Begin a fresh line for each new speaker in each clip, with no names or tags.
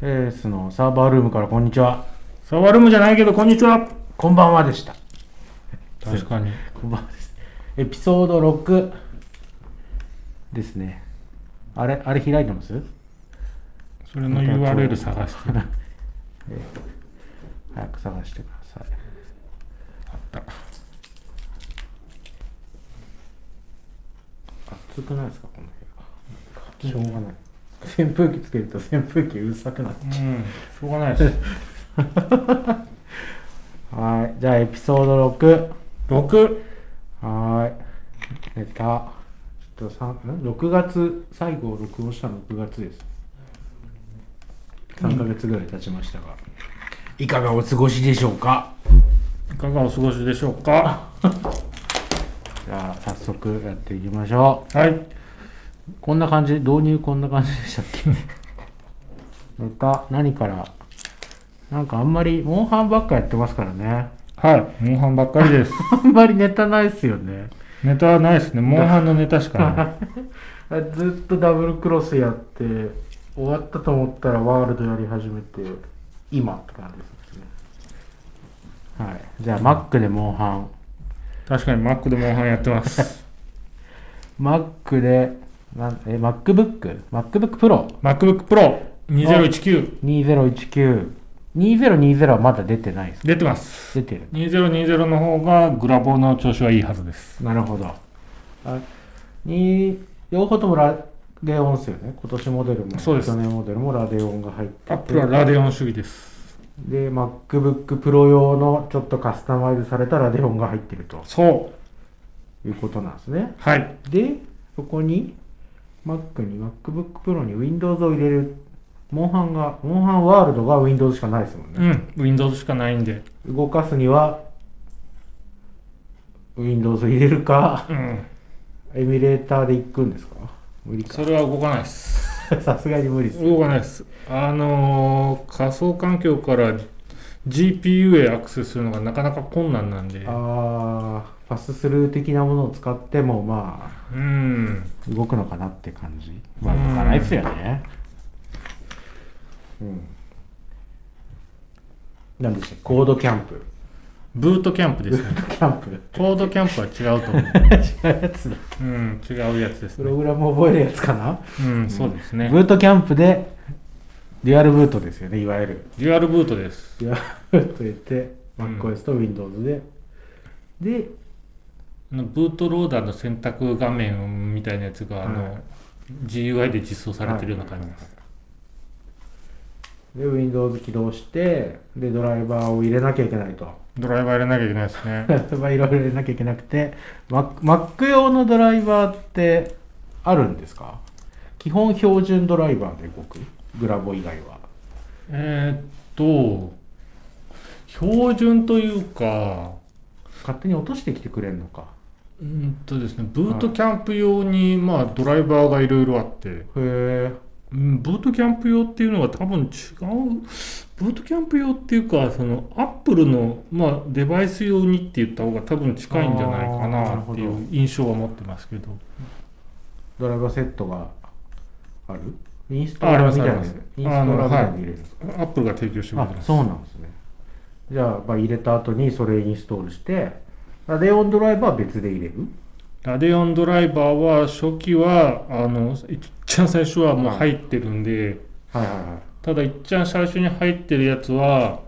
エースのサーバールームからこんにちは。
サワルームじゃないけど、こんにちは。
こんばんはでした。
確かに。
こんばんはです。エピソード6ですね。あれ、あれ開いてます
それの URL 探してる。
えー早く探してください。
あった。
暑くないですか、この部屋。しょうがない。 扇風機つけると扇風機うるさくなっ
うん。
ち
し
ゃ
ょうがないで
う。
す。
はい。じゃあ、エピソード6。
6。
はーい。ネタ。ちょっと三ん6月、最後録音したの6月です。3ヶ月ぐらい経ちましたが、いかがお過ごしでしょうか
いかがお過ごしでしょうか。
じゃあ、早速やっていきましょ
はい。
う。こんな感じ、導入こんな感じでしたっ けネタ、何からなんかあんまり、モンハンばっかやってますからね。
はい。モンハンばっかりです。
あんまりネタないっすよね。
ネタはないですね。モンハンのネタしかない。
ずっとダブルクロスやって終わったと思ったらワールドやり始めて今って感じですねはいじゃあ Mac でモンハン
確かに Mac でモンハンやってます。
Mac でなんえ MacBookMacBook
MacBook Pro 2019
Pro20192020 はまだ出てないです
出てます。
出てる
2020の方がグラボの調子はいいはずです。
なるほどあに両方ともラデオンですよね今年モデルも
そうです
去年モデルもラデオンが入ってて
Apple はラデオン主義です。
で、MacBook Pro 用のちょっとカスタマイズされたラデオンが入ってると
そう。
いうことなんですね。
はい。
で、そこに Mac に MacBook Pro に Windows を入れる、モンハンが、モンハンワールドが Windows しかないですもん
う
ね。
ん。Windows しかないんで。
動かすには Windows を入れるか、
うん。
エミュレーターで行くんですか無理か。
それは動かないです。
さすがに無理です。
動かないです。あのー仮想環境から GPU へアクセスするのがなかなか困難なんで。
あー、パススルー的なものを使っても、まあ、
うん。
動くのかなって感じまあ動かないっすよねうん何でしたっけコードキャンプ
ブートキャンプですね。
キャンプ
コードキャンプは違うと思う。
違うやつだ
うん。違うやつです
プ
ね
ロ。グラム覚えるやつかな、
うん、そうですね。
ブートキャンプでデュアルブートですよねいわゆる
デュアルブートです。
デュアルブート入れて
うん
MacOS と Windows で、で
あのブートローダーの選択画面みたいなやつが、あの、
はい
GUI で実装されてるような感じです。
で Windows 起動してでドライバーを入れなきゃいけないと
ドライバー入れなきゃいけないですね。
まあいろいろ入れなきゃいけなくて Mac, Mac 用のドライバーってあるんですか基本標準ドライバーで動くグラボ以外は
えーっと、標準というか、
勝手に落としてきてくれるのか
うーんとですね、ブートキャンプ用に、まあ、ドライバーがいろいろあって、
へえ
うんブートキャンプ用っていうのは多分違う、ブートキャンプ用っていうか、その、アップルの、まあ、デバイス用にって言った方が多分近いんじゃないか
あーな
な
る
っ
ほ
て
ど
いう印象は持ってますけど。
ドライバーセットがあるインスト
ああり
ーラ
ま
ー
す
みたいなや
ありま
つ
す
インストーラーみたいなの入れるんですか
アップルが提供してくれて
あ
ます。
そうなんですねじゃあ、まあ、入れた後にそれインストールしてラデオンドライバーは別で入れる
ラデオンドライバーは初期は、あの、いっちゃん最初はもう入ってるんで、
はいはいはい
ただいっちゃん最初に入ってるやつは、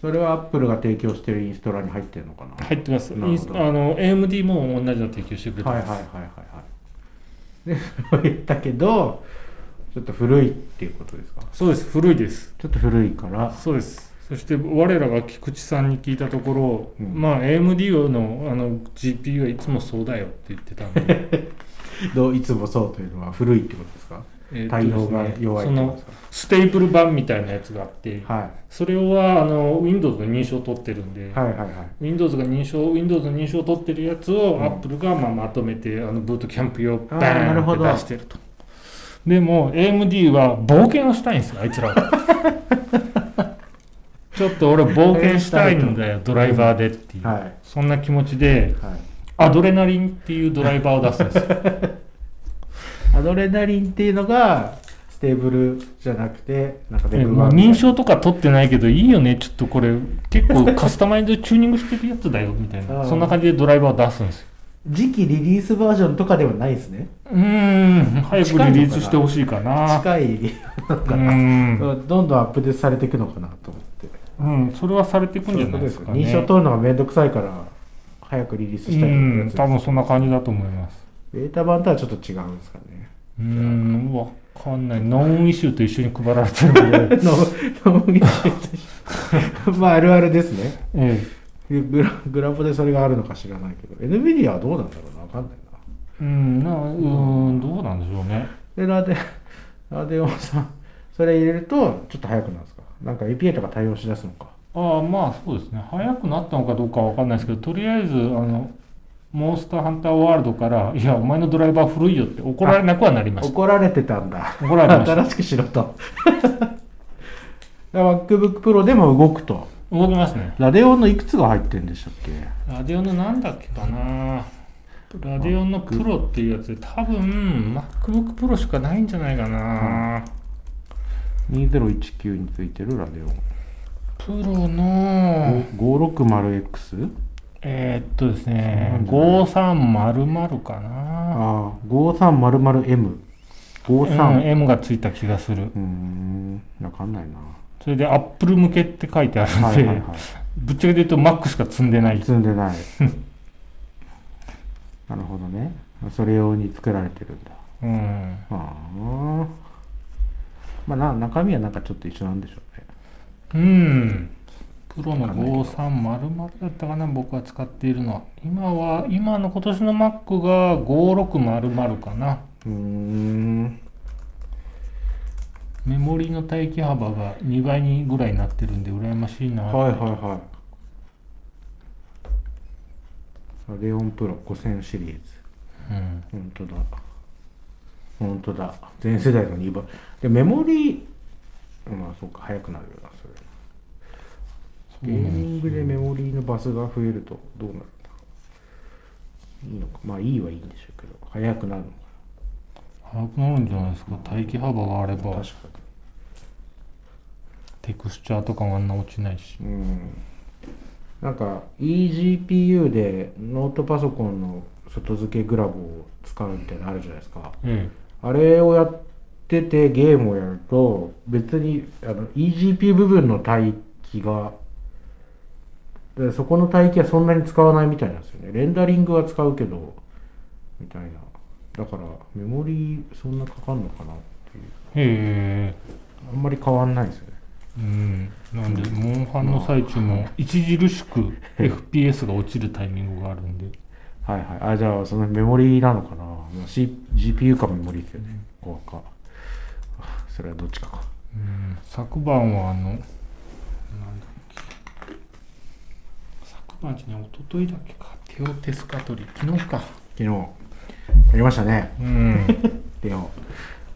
それはアップルが提供してるインストーラーに入ってるのかな
入ってます。
なるほど
インスあの AMD も同じの提供してくれて
はいは
ま
い
す。
はいはいはいで それを言ったけどちょっと古いっていうことですか
そうです、古いです。
ちょっと古いから
そうです。そして我らが菊池さんに聞いたところ、
うん
まあ AMD のあの GPU はいつもそうだよって言ってたん で、
どういつもそうというのは古いってことですか
えーとで
対
すね
応が弱いっ
そ
てこと
の
ですか、
ステープル版みたいなやつがあって、
は
それはあの Windows の認証を取ってるん
い、
で、
はいはいはい
Windows が認証、Windows の認証を取ってるやつを
うん
Apple がまあまとめて、あのブートキャンプ用バ
あーなる
ー
ほ
ン
ど
って出してると。でも AMD は冒険をしたいんですよ、あいつらは。 ちょっと俺冒険したいんだよ、ドライバーでっていう。
はい
そんな気持ちで、
はい
アドレナリ ンっていうドライバーを出すんですよ。
アドレナリンっていうのがステテーブルじゃなくて、なんかウェブ
まあ
版みたいな
認証とか取ってないけどいいよねちょっとこれ結構カスタマイズチューニングしてるやつだよみたい
あ
な
ー
そんな感じでドライバーを出すんですよ
次期リリースバージョンとかではないですね。
うーん早くリリースしてほしいかな
近い、
うーん、
どんどんアップデートされていくのかなと思って。
うん、それはされていくんじゃな
で
いですす
か
か
ね
ね
認証取るのがめんどくさいから、早くリリースし
う
たいってや
ん
つです
多分そんな感じだと思います
ベータ版とはちょっと違うんですかね。、
うーんわかんないノンイシューと一緒に配られてるので
ののまあ、あるあるですね。
え
グラグラポでそれがあるのか知らないけど、NVIDIA はどうなんだろうな、わかんないな。
え、うんなうーんどうなんでしょうね
で、ラデ、ラデオンさん、それ入れると、ちょっと早くなるんですか。なんか APA とか対応しだすのか。
ああまあそうですね早くなったのかどうかは分かんないですけどとりあえずあのモンスターハンターワールドから「いやお前のドライバー古いよ」って怒られなくはなりました
怒られてたんだ。
怒られました
新しくしろと。だから MacBook Pro でも動くと。
動きますね
ラデオンのいくつが入ってるんでしたっけ
ラデオンのなんだっけかなラデオンのプロっていうやつで多分 MacBook プロしかないんじゃないかな、
2019についてるラデオン、
プロの、
560X?
えーっとですね
そうなん
5300かな
ああ 5300M
うん
53
M がついた気がする
うーんわかんない な
それで Apple 向けって書いてあるんで、
はいはいはい
ぶっちゃけで言うと Mac しか積んでない
積んでないなるほどねそれ用に作られてるんだ
うん
ああまあな中身はなんかちょっと一緒なんでしょうね
うん。プロの
わかんないけ
5300だったかな、僕が使っているのは。今は、今の今年の Mac が5600かな。
うーん
メモリの待機幅が2倍にぐらいになってるんで、羨ましいな。
はいはいはいラデオンプロ5000シリーズ
うん。
本当だ本当だ全世代の2倍でメモリまあそうか速くなるよなそれ
そう
ゲ
な
ー
んです
ミングでメモリーのバスが増えるとどうなるんだいいのかまあいいはいいんでしょうけど速くなるのか
速くなるんじゃないですか。待機幅があれ
な
ば、
確か
テクスチャーとかもあんな落ちないし。
にうんなんか eGPU でノートパソコンの外付けグラボを使うみたいなのあるじゃないですか
え
あれをやっててゲームをやると別にあの EGP 部分の帯域がでそこの帯域はそんなに使わないみたいなんですよねレンダリングは使うけどみたいなだからメモリーそんなかかんのかなっていう
え。へえ。
あんまり変わんないですよね
うん、なんで、モンハンの最中も著しく FPS が落ちるタイミングがあるんで、
はいはいあじゃあそのメモリーなのかなもう C GPU かメモリーですよねこうかそれはどっちかか
うん、昨晩はあのなんだっけ昨晩じゃね一昨日だっけかテオテスカトリ昨日か
昨日やりましたね
うん
でも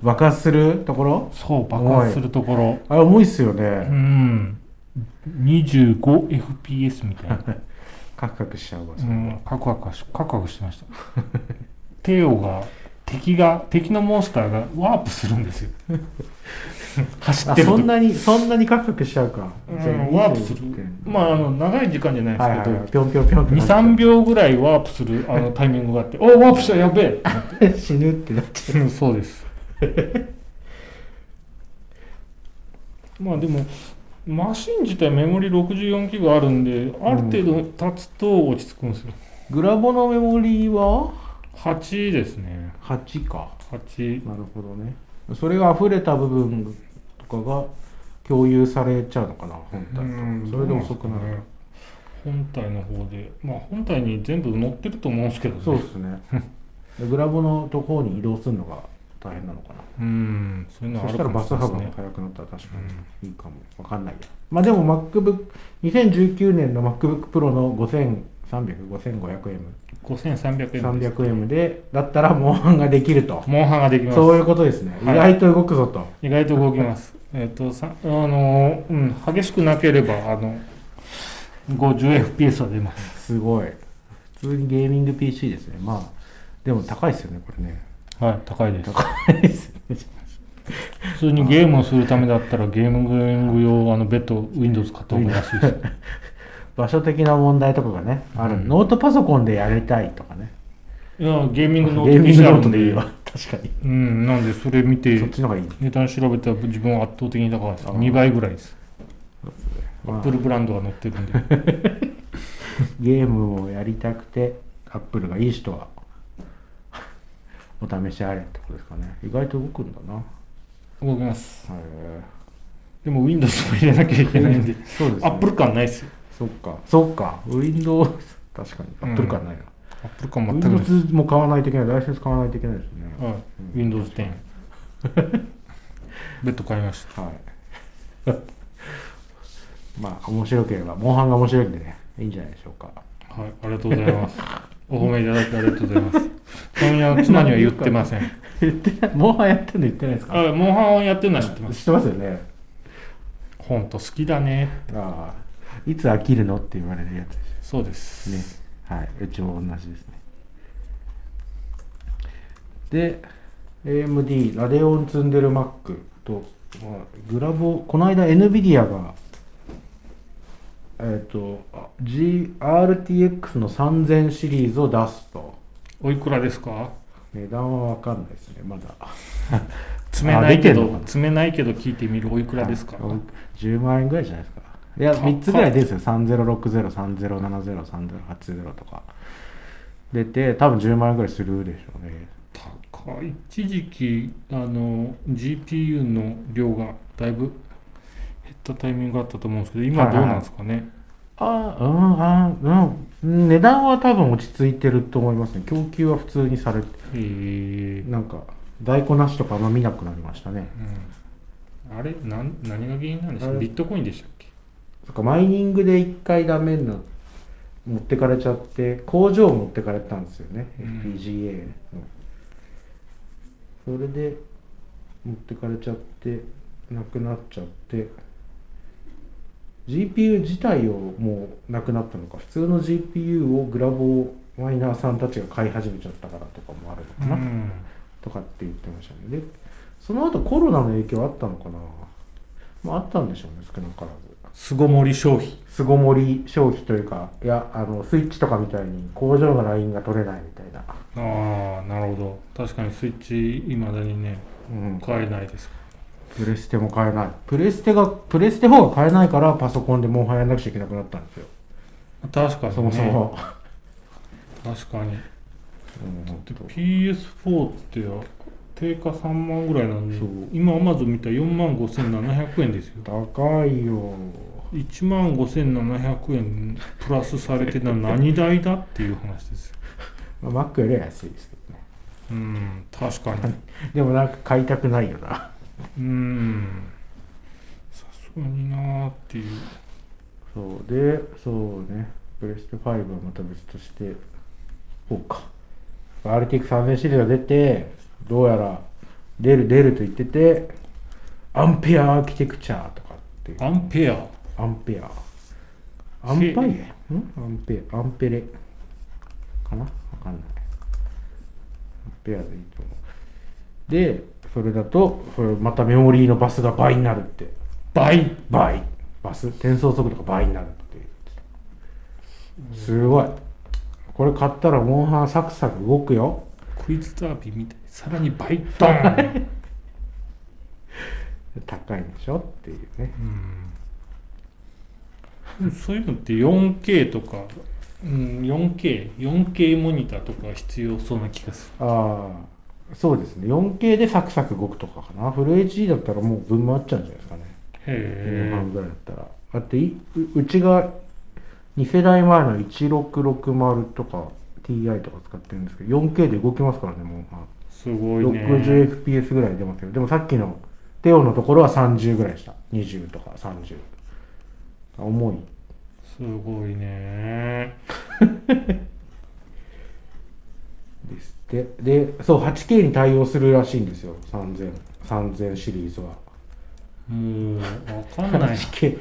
爆発するところ
そう爆発するところ
あれ重いっすよね、
うん、25fps みたいな、
カクカクしちゃうわ
う
それは、
ん、カクカクしカクカクしてましたテオが敵が敵のモンスターがワープするん ですよ走
あ
ってる
そ
と
んなにそんなにカクカクしちゃうか、
うんワープするまああの長い時間じゃないで
は
す
い
けど、
はいはい、ぴょんぴょんぴょんってなっちゃう
23秒ぐらいワープするあのタイミングがあって「おワープしたやべえ
死ぬってなっちゃ
うん」そうです まあでもマシン自体メモリ64ギガあるんである程度経つと落ち着くんですよ
うグラボのメモリーは
8ですね
8か
8
なるほどねそれが溢れた部分とかが共有されちゃうのかな本体とそれで遅くなる、
本体の方でまあ本体に全部載ってると思うんですけどね
そうですねで グラボのところに移動するのが大変なのかな
うんそういうのは
そ
あ
し
る
た
からも
バス
しれ
幅
な
が
いですね
速くなったら確かにいいかも、わかんないやまあでも MacBook2019 年の MacBookPro の 53005500M
5300円です
300M でだったらモンハンができると
モンハンができます
そういうことですね、
はい
意外と動くぞと
意外と動きます。えっと、さあのー、うん、激しくなければ、あの、50fps は出ます。
すごい普通にゲーミング PC ですねまあでも高いですよねこれね
はい、高いです。
高いですね
普通にゲームをするためだったらゲーム用あの別途 Windows 買った方が安いし
場所的な問題とかがねある、
うん
ノートパソコンでやりた いとかね
いやゲーミングノ
ゲ
ー
ー
ト
ミングノートで
い
い
い
い
わ
わ確かに
うんなんでそれ見
そってちの方がいい、
値段調べたら自分は圧倒的に高かった
あー
2倍ぐらいですア
まあ
ップルブランドが載ってるんで
ゲームをやりたくてアップルがいい人はお試しあれってことですかね意外と動くんだなへ
動きます
え
でも Windows も入れなきゃいけないんで
そうです
ア
ね
ップル感ないですよ
そっかそっか Windows 確かにアップル感ないな、
アップル感全くないです
Windows も買わないといけないライセンス買わないといけないですね、
は
う
い、
ん
Windows 10 ベッド買いました
はい。 まあ、面白ければ、モンハンが面白いんでね、いいんじゃないでしょうか。
はい、ありがとうございます。 お褒めいただきありがとうございます。ちなみにあの妻には言ってません。
言ってない、モンハンやってんの言ってないです
あ、モンハンをやってるのは知ってます。
知ってますよね。
ほんと好きだね。
ああ、いつ飽きるのって言われるやつで
そうです。
すね。はい、うちも同じですね。で、AMD、ラデオン積んでる Mac と、まあ、グラボ、この間 NVIDIA が、えっ、と、GRTX の3000シリーズを出すと。
おいくらですか
値段は分かんないですねまだ
詰めない
出て
け
んのか
ど、
な
詰めないけど聞いてみるおいくらですか、
はい10万円ぐらいじゃないですかいや
高っ
3つぐらい出るんですよ306030703080とか出て多分10万円ぐらいするでしょうね
高い。一時期、あの、GPU の量がだいぶ減ったタイミングがあったと思うんですけど、今どうなんですかね。
ああうんあーうん値段は多分落ち着いてると思いますね供給は普通にされて
えー
なんか在庫なしとかあんま見なくなりましたね
うん、あれなん、何が原因なんでしょ
あ
う
れ
ビットコインでしたっけ
そっかマイニングで1回ダメにな持ってかれちゃって工場を持ってかれたんですよね、
うん
FPGA のそれで持ってかれちゃってなくなっちゃって GPU 自体をもうなくなったのか普通の GPU をグラボをマイナーさんたちが買い始めちゃったからとかもあるのかな、
うん
とかって言ってましたねでその後コロナの影響あったのかなまああったんでしょうね少なからず
巣ごもり消費
巣ごもり消費というかいやあのスイッチとかみたいに工場のラインが取れないみたいな、
ああなるほど確かにスイッチいまだにね
うん、
買えないですか
プレステも買えないプレステがプレステ方が買えないからパソコンでモンハンやんなくちゃいけなくなったんですよ
ら確かに、ね、
そもそも、
確かに
うん
で PS4 って定価3万ぐらいなんで
そう
今アマゾン見たら4万5700円ですよ
高いよ
1万5700円プラスされてたら何代だっていう話ですよ
まあ Mac よりは安いですけどね
うん確かに
でもなんか買いたくないよな
うんさすがになーっていう
そうでそうねプレステ5はまた別としてそうか RTX3000 シリーズが出てどうやら出る出ると言っててアンペアアーキテクチャーとかっていう
アンペア
アンペアアンパイアんアンペアンペレかなわかんないアンペアでいいと思うでそれだとそれまたメモリーのバスが倍になるって
倍
倍バス転送速度が倍になるっていうすごいこれ買ったらモンハンサクサク動くよ
クイズダービーみたいにさらに倍ドーン
高いんでしょっていうね
うんそういうのって 4K とか、うん、4K、4K モニターとかが必要そうな気がす
ああそうですね 4K でサクサク動くとかかなフル HD だったらもう分回っちゃうんじゃないですかね
る。
前半
へ
ぐらいだったらだっていううちが2世代前の1660とか TI とか使ってるんですけど 4K で動きますからねモンハン
え、すごいね。
60fps ぐらい出ますけどでもさっきのテオのところは30ぐらいでした20とか30重い
すごいね。
ですででそう 8K に対応するらしいんですよ3000 3000シリーズは
もう、わかん ない。
8K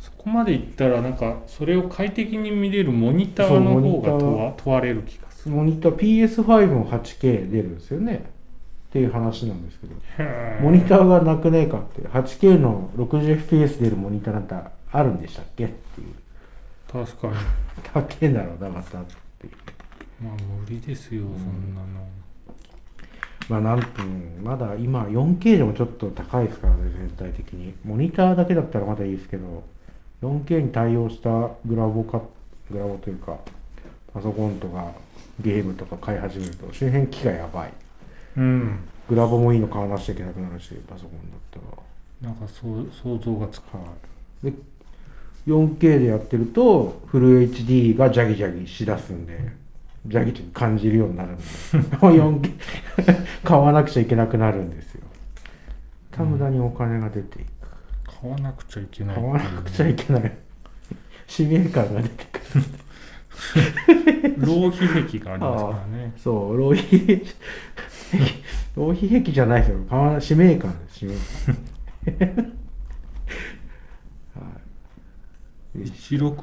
そこまでいったら、なんか、それを快適に見れるモニターの方が
そうモ
問わ問われる気がする。
モニター PS5 も 8K 出るんですよねっていう話なんですけど、
へー
モニターがなくねえかって、8K の 60fps 出るモニターなんてあるんでしたっけっていう。
確かに
高えだろうな、またっていう。
まあ無理ですよ、そんなの
まあなんと、うんまだ今 4K でもちょっと高いですからね、全体的に。モニターだけだったらまだいいですけど、4K に対応したグラボか、グラボというか、パソコンとかゲームとか買い始めると、周辺機がやばい。
うん
グラボもいいの買わなきゃいけなくなるし、パソコンだった
なんかそう想像がつく
ら。はい。で、4K でやってると、フル HD がジャギジャギしだすんで、ジャギジャギ感じるようになるんで、4K 買わなくちゃいけなくなるんですよ。た無駄にお金が出ていく。
買わなくちゃいけない
買わなくちゃいけない。使命感が出てくる。
浪費癖がありますからね
そう、浪費、浪費癖じゃないですよ。買わな使命感です、使命感。はい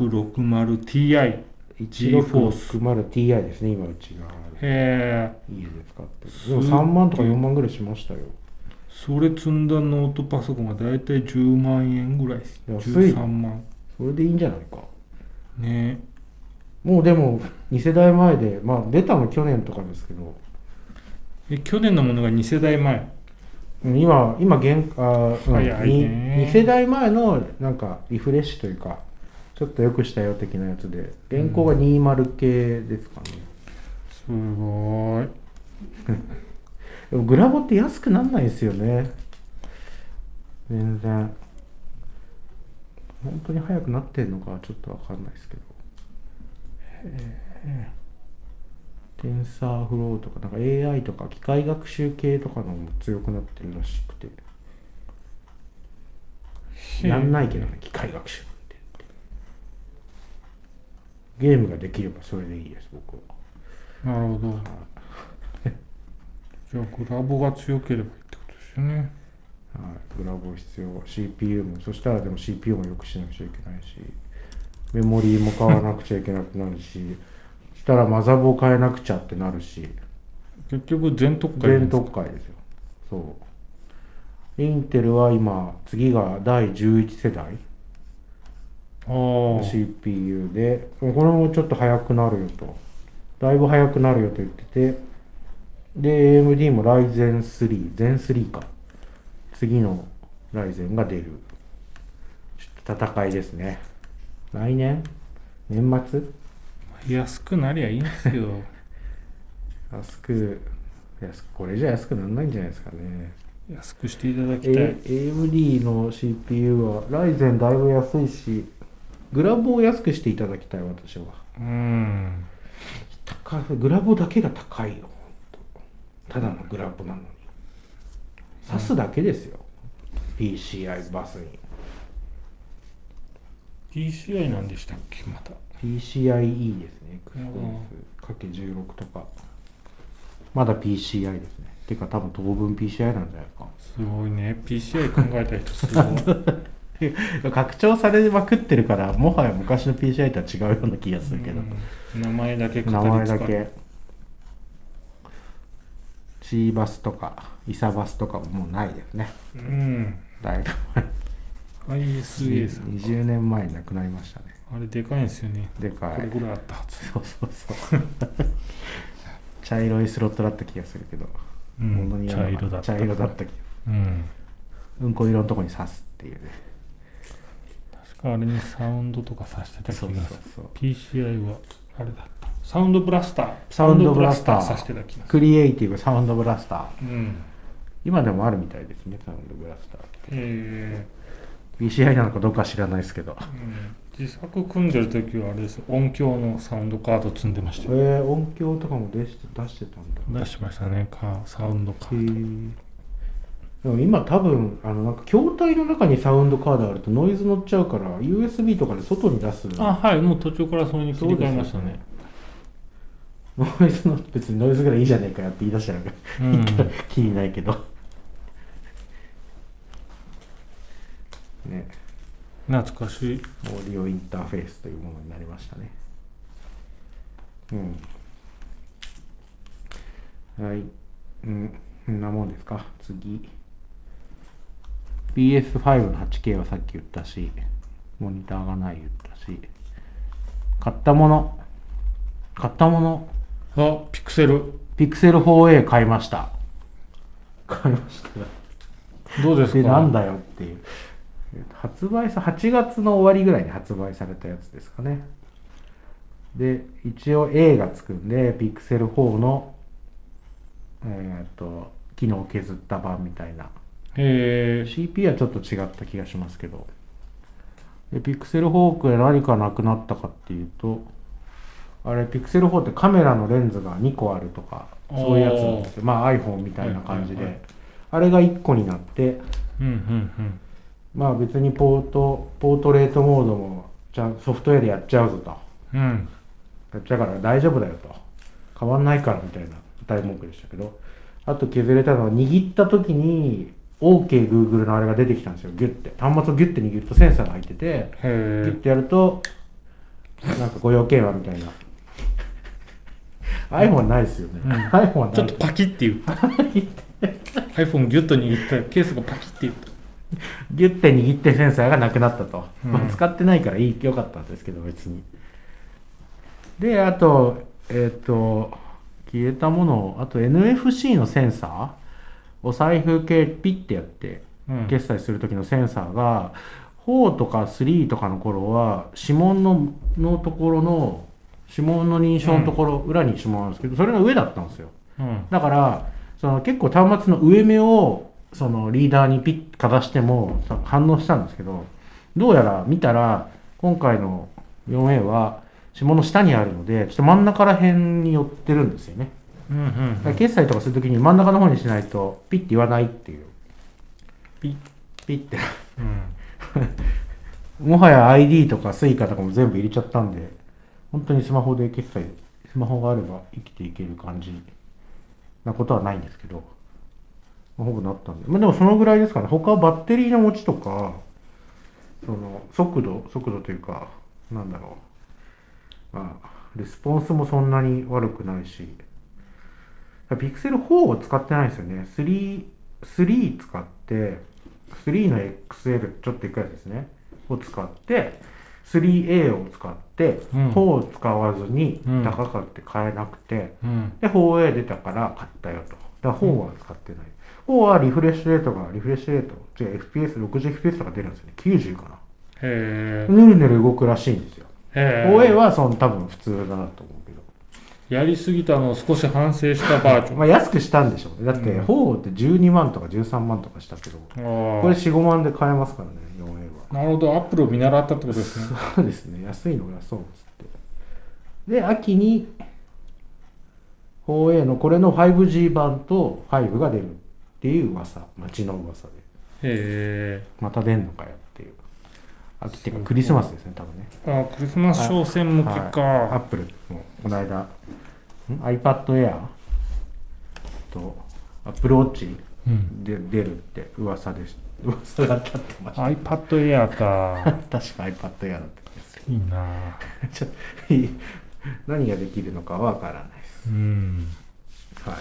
1660Ti
1660Ti ですね、今うちが。
へえ
家で使って
す
る。でも3万とか4万ぐらいしましたよ。
それ積んだノートパソコンがだいたい10万円ぐらいです
安い
13万
それでいいんじゃないか。
ね
もうでも、2世代前で、まあ出たの去年とかですけど、
え去年のものが2世代前
うん今、今現あ、うん
早いね
に2世代前のなんかリフレッシュというか、ちょっと良くしたよ的なやつで、現行が20系ですかね。
すごい
でもグラボって安くなんないですよね。全然。本当に早くなってんのかちょっとわかんないですけど。テンサーフローとか、なんか AI とか機械学習系とかのも強くなってるらしくて。やんないけどね、機械学習なんて。ゲームができればそれでいいです、僕は。
なるほ どじゃあグラボが強ければいいってことですよね
はい、グラボ必要 CPU もそしたらでも CPU も良くしなくちゃいけないしメモリーも買わなくちゃいけなくなるしそしたらマザボを変えなくちゃってなるし
結局全特化
全特化ですよそうインテルは今次が第11世代
ああ
CPU でこれもちょっと速くなるよとだいぶ速くなるよと言っててで AMD も Ryzen 3 Zen 3か次の Ryzen が出るちょっと戦いですね来年年末
安くなりゃいいんです よ
安く安くこれじゃ安くならないんじゃないですかね
安くしていただきたい、
A- AMD の CPU は Ryzen だいぶ安いしグラボを安くしていただきたい私は
うん
高いグラボだけが高いよほんとただのグラボなのに刺すだけですよ、PCI バスに
PCI なんでしたっけまた
PCIe ですね
うん
X×16 とかまだ PCI ですねてか多分当分 PCI なんじゃないか
すごいね PCI 考えた人すごい
拡張されまくってるからもはや昔の PCI とは違うような気がするけど、
うん名前だけ語り
名前
使
だ
って
けチーバスとかイサバスとかももうないですね
うん
だいぶ前
ISA さん
20年前に亡くなりましたね
あれでかいんですよね
でか
これ
い
ぐらいあったはず
そうそうそう茶色いスロットだった気がするけど、
うん
物によ
茶
るな
色だった
茶色だった気が
うん
うんこ色のとこに刺すっていうね
確かあれにサウンドとかさせてた気がす
そう
る
そうそう
PCI はあれだったサウンドブラスター
サウンドブラスター
サウンドブラさせてた気がす
クリエイティブサウンドブラスター
るうん
今でもあるみたいですねサウンドブラスター
え
BCI なのかどうか知らないですけ ど
ーうん自作組んでる時はあれです音響のサウンドカード積んでましたよ
えー、音響とかも出して出してたんだ
出してましたねカーサウンドカ
へ
ード
ーでも今多分あのなんか筐体の中にサウンドカードあるとノイズ乗っちゃうから USB とかで外に出す
あはいもう途中からそれに切り替えましたね
ノイズの別にノイズぐらいいいじゃねえかよって言い出したら、
うん
言ったら 気にないけどね
懐かしい
オーディオインターフェースというものになりましたねうんはい、うん、そんなもんですか。次。PS5 の 8K はさっき言ったし、モニターがない言ったし、買ったもの、買ったもの、
あピクセル
ピクセル 4A 買いました。買いました。
どうですか
で、なんだよっていう。発売さ、8月の終わりぐらいに発売されたやつですかね。で、一応 A がつくんで、ピクセル4の、えっと、機能を削った版みたいな。
えー
CP はちょっと違った気がしますけど。で、ピクセル4で何かなくなったかっていうと、あれ、ピクセル4ってカメラのレンズが2個あるとか、そういうやつなんですよ。まあ iPhone みたいな感じで。
はいはいはい
あれが1個になって、
うんうん
まあ別にポート、ポートレートモードもちゃんソフトウェアでやっちゃうぞと。
うんうん
やっちゃうから大丈夫だよと。変わんないからみたいな大文句でしたけど。あと削れたのは握った時に OKGoogle、のあれが出てきたんですよ。ギュッて。端末をギュッて握るとセンサーが入ってて、
へえ
ギュッてやると、なんかご用件はみたいな。iPhone ないですよね。
うん
iPhone はない
ちょっとパキ ッて言った iPhone ギュッと握ったらケースがパキッて言った
ギュッて握ってセンサーがなくなったと、
うん
まあ、使ってないからいい良かったんですけど別にであとえっ、と消えたものをあと NFC のセンサーお財布系ピッてやって
うん
決済する時のセンサーが4とか3とかの頃は指紋ののところの指紋の認証のところ、裏に指紋あるんですけどそれが上だったんですよ
うん
だからその結構端末の上目をそのリーダーにピッかざしてもその反応したんですけどどうやら見たら今回の 4A は指紋の下にあるのでちょっと真ん中ら辺に寄ってるんですよね
うんうん
だから決済とかするときに真ん中の方にしないとピッて言わないっていう
ピッ
ピッて
うん
もはや ID とか Suica とかも全部入れちゃったんで本当にスマホで決済スマホがあれば生きていける感じなことはないんですけど、まあほぼなったんで。まあでもそのぐらいですかね。他はバッテリーの持ちとか、その速度、速度というか、なんだろう。まあ、レスポンスもそんなに悪くないし。ピクセル4を使ってないんですよね。3、3使って、3の XL、ちょっといくやつですね。を使って、3A を使って、
うん
4を使わずに
うん
高くて買えなくて、
うん
で、4A 出たから買ったよと。だから4は使ってない。4はリフレッシュレートが、リフレッシュレート、違う、FPS60fps とか出るんですよね。90か
へえ
な。ぬるぬる動くらしいんですよ。
へえ
4A はその多分普通だなと思うけど。
やりすぎたのを少し反省したバージョン
まあ安くしたんでしょうね。だって
うん
4って12万とか13万とかしたけど、こ
あ
れ
あ
4、5万で買えますからね、4A は。
なるほどアップルを見習ったってことですね
そうですね、安いのがそうですって。で、秋に 4A のこれの 5G 版と5が出るっていう噂、街の噂で。
へえ
また出んのかよっていう。秋っていうかクリスマスですね、多分ね。
あクリスマス商戦向けか、
アップルもこの間、ん iPad Air と Apple Watch
うん、
で出るって噂でし噂が立ってました。
iPad Air か
確か iPad Air だった気がする。
いいな
ちょっといい何ができるのかわからないです。
うん
はい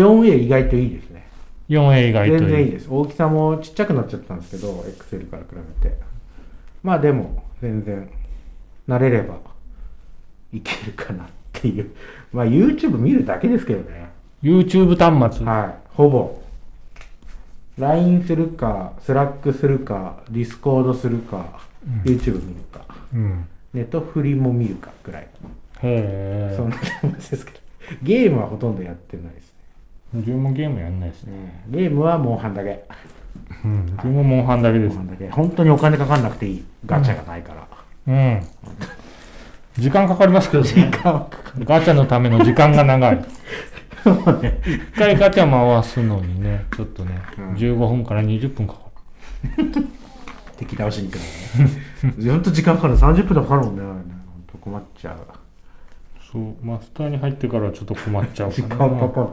まあ、4A 意外といいですね。
4A 以外と
全然いい
い
です。大きさもちっちゃくなっちゃったんですけど、XL から比べて。まあでも、全然、慣れれば、いけるかなっていう。 まあ YouTube 見るだけですけどね。
YouTube 端末、
はい。ほぼ。LINE するか、Slack するか、Discord するか、
うん
YouTube 見るか、
うん、
ネットフリも見るかぐらい。
へ え
そんな感じですけど。ゲームはほとんどやってないです
自分もゲームやんないですね、
ね。ゲームはモンハンだけ。
うん、自分もモンハンだけで
そ
す
うなんだけど本当にお金かかんなくていいガチャがないから、
うん時間かかりますけどねガチャのための時間が長い
もうね
一回ガチャ回すのにねちょっとね、
うん
15分から20分かかる
敵倒しに行くのねほんと時間かかる30分とかかかるもんねあれねほんと困っちゃう
そうマスターに入ってからちょっと困っちゃう
時
な
間かかる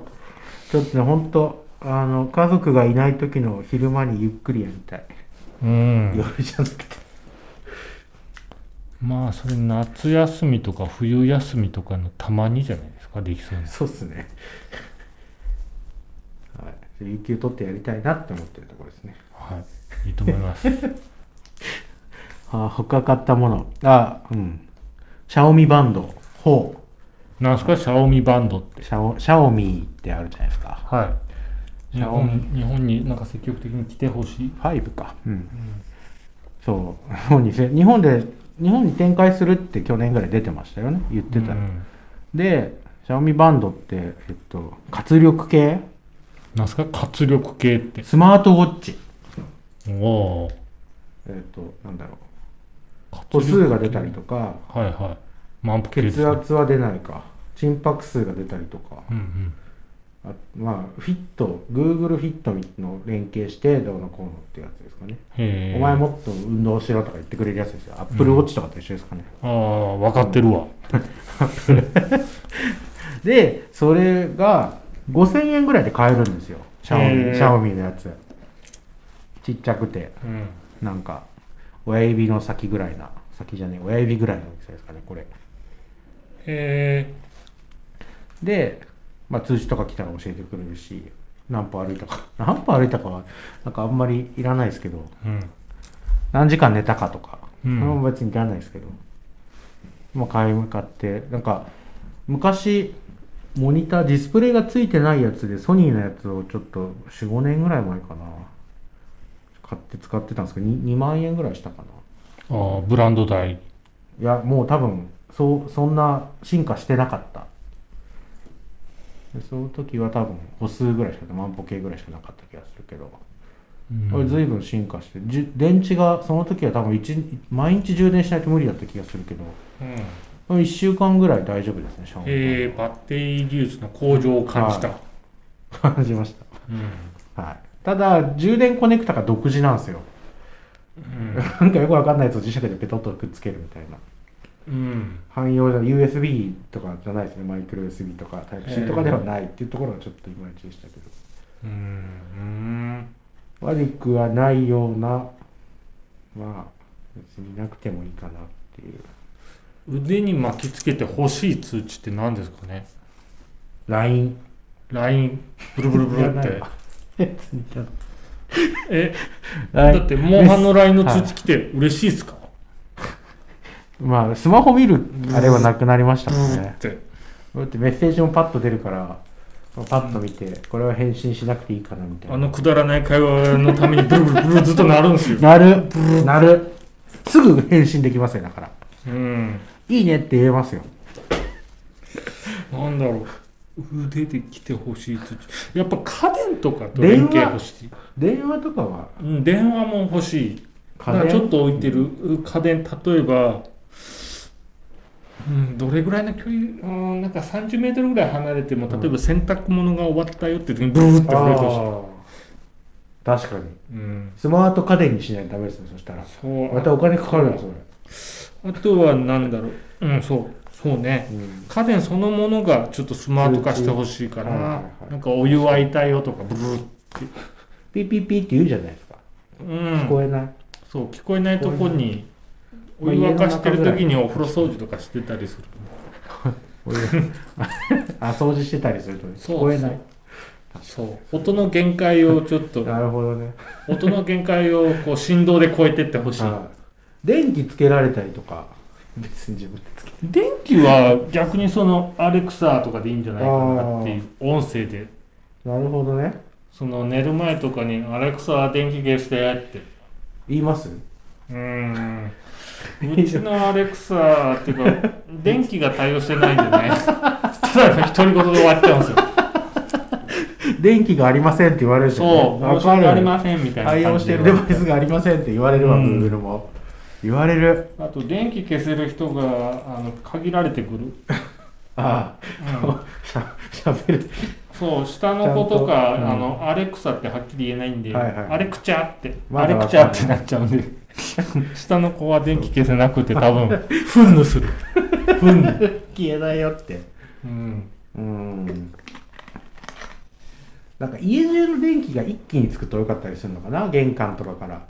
ちょっとねほんとあの家族がいない時の昼間にゆっくりやりたい、
うん
夜じゃなくて
まあそれ夏休みとか冬休みとかのたまにじゃないですかできそうです
そうっすねはい有給取ってやりたいなって思ってるところですね。
はい。いいと思います。
あ他買ったもの。あ、うん。シャオミバンド。ほ
なんすか、シャオミバンドって
う。。シャオ、シャオミってあるじゃないですか。
はい。
シ
日
ャオミ
本日本になんか積極的に来てほしい。
5か。うん。そう。日本にせ、日本で、日本に展開するって去年ぐらい出てましたよね。言ってた。
うん
で、シャオミバンドって、えっと、活力系
なんすか、活力系って。
スマートウォッチ。
おおー。
えっと、なんだろう。歩
活力
数が出たりとか、
はいはい。満腹系です
血
ね。
圧は出ないか、心拍数が出たりとか。
うんうん。
あまあフィット Google フィットの連携してどうのこうのってやつですかね、
へえ。
お前もっと運動しろとか言ってくれるやつですよ Apple Watch とかと一緒ですかね、
ああ、分かってるわ。
でそれが5000円ぐらいで買えるんですよシャオ
へ
ミ
ー
シャオミのやつちっちゃくて
うん。
なんか親指の先ぐらいな先じゃねえ親指ぐらいの大きさですかねこれ
へえ。
で、まあ、通知とか来たら教えてくれるし何歩歩いたか何歩歩いたかはなんかあんまりいらないですけど
うん。
何時間寝たかとか、
うん
それも別にいらないですけど、まあ、買い向かってなんか昔モニターディスプレイがついてないやつでソニーのやつをちょっと45年ぐらい前かな買って使ってたんですけど 2, 2万円ぐらいしたかな
ああ、ブランド代。
いやもう多分そうそんな進化してなかったでその時は多分歩数ぐらいしか万歩計ぐらいしかなかった気がするけど
うん
これ随分進化してじゅ電池がその時は多分一日毎日充電しないと無理だった気がするけど
うん
1週間ぐらい大丈夫ですねシャオミ
えー、バッテリー技術の向上を感じた。
感じまし
うん
た、はい、ただ充電コネクタが独自なんですよ
う
なんかよくわかんないやつを磁石でペトッとくっつけるみたいなん
うん
汎用じゃ USB とかじゃないですねマイクロ USB とかタイプ C とかではないっていうところがちょっといまいちでしたけど、
うん
悪くはないようなまあ別になくてもいいかなっていう
腕に巻きつけて欲しい通知って何ですかね
LINE
?LINE ブルブルブルっ
いら
て
ない。別にいらない
え、
はい
だってモンハンの LINE の通知来て嬉しいですか、
まあ、スマホ見るあれはなくなりましたもん
ブルっ
ね。
て。
だってメッセージもパッと出るから、パッと見て、これは返信しなくていいかなみたい
あ
な。
のくだらない会話のためにブルブルブルずっと鳴るんですよ。
なる、なる。すぐ返信できますよ、だから。
うん。
いいねって言えますよ。
なんだろう。腕で来て欲しい通知。やっぱ家電とかと連携欲しい。
電話とかは
うん、電話も欲しい。
家
なんか
電
ちょっと置いてる家電例えば、うん、どれぐらいの距離、うん、なんか30メートルぐらい離れても例えば洗濯物が終わったよって時にブルーって触れてほしい、
あー確かに。
うん、
スマート家電にしないとダメですね、そしたら。
そう
またお金かかるよ、それ。
あとは何だろううんそうそうね
うん
家電そのものがちょっとスマート化してほしいか
はいはい
ら
はい
なんかお湯沸いたよとかブルー
ピッピッピッって言うじゃないですか。
う
聞こ
ん
えない。
そう聞こえないとこに
ま
お
あ
湯沸かしてる時
家
にお風呂掃除とかしてたりする
あ、掃除してたりするとね
そ
聞
う
こえない。
そう音の限界をちょっと
なるほどね。
音の限界をこう振動で超えてってほしい
はい電気つけられたりとか別に自分でつけ
電気は逆にそのアレクサとかでいいんじゃないかなっていう音声で
なるほどね
その寝る前とかに「アレクサ電気消して」って
言います
うーんうちのアレクサっていう か電気が対応してないんでねただの独り言で終わっちゃうんですよ
電気がありませんって言われるじゃん
そう
わ
申し
か
訳
る
ありませんみたいな感
対
じで
応してるデバイスがありませんって言われるわ
う
Google
ん
も言われる
あと電気消せる人があの限られてくる、
あ
うん
あしゃしゃべる
そう下の子とか
ちゃんとうん
あのアレクサってはっきり言えないんで、
はいはい
アレクチャって、
ま
ア
だ
レ
わかんない
クチャってなっちゃうんで 下の子は電気消せなくて多分憤怒する憤怒
消えないよって
うん
うんなんか家中の電気が一気につくとよかったりするのかな玄関とかから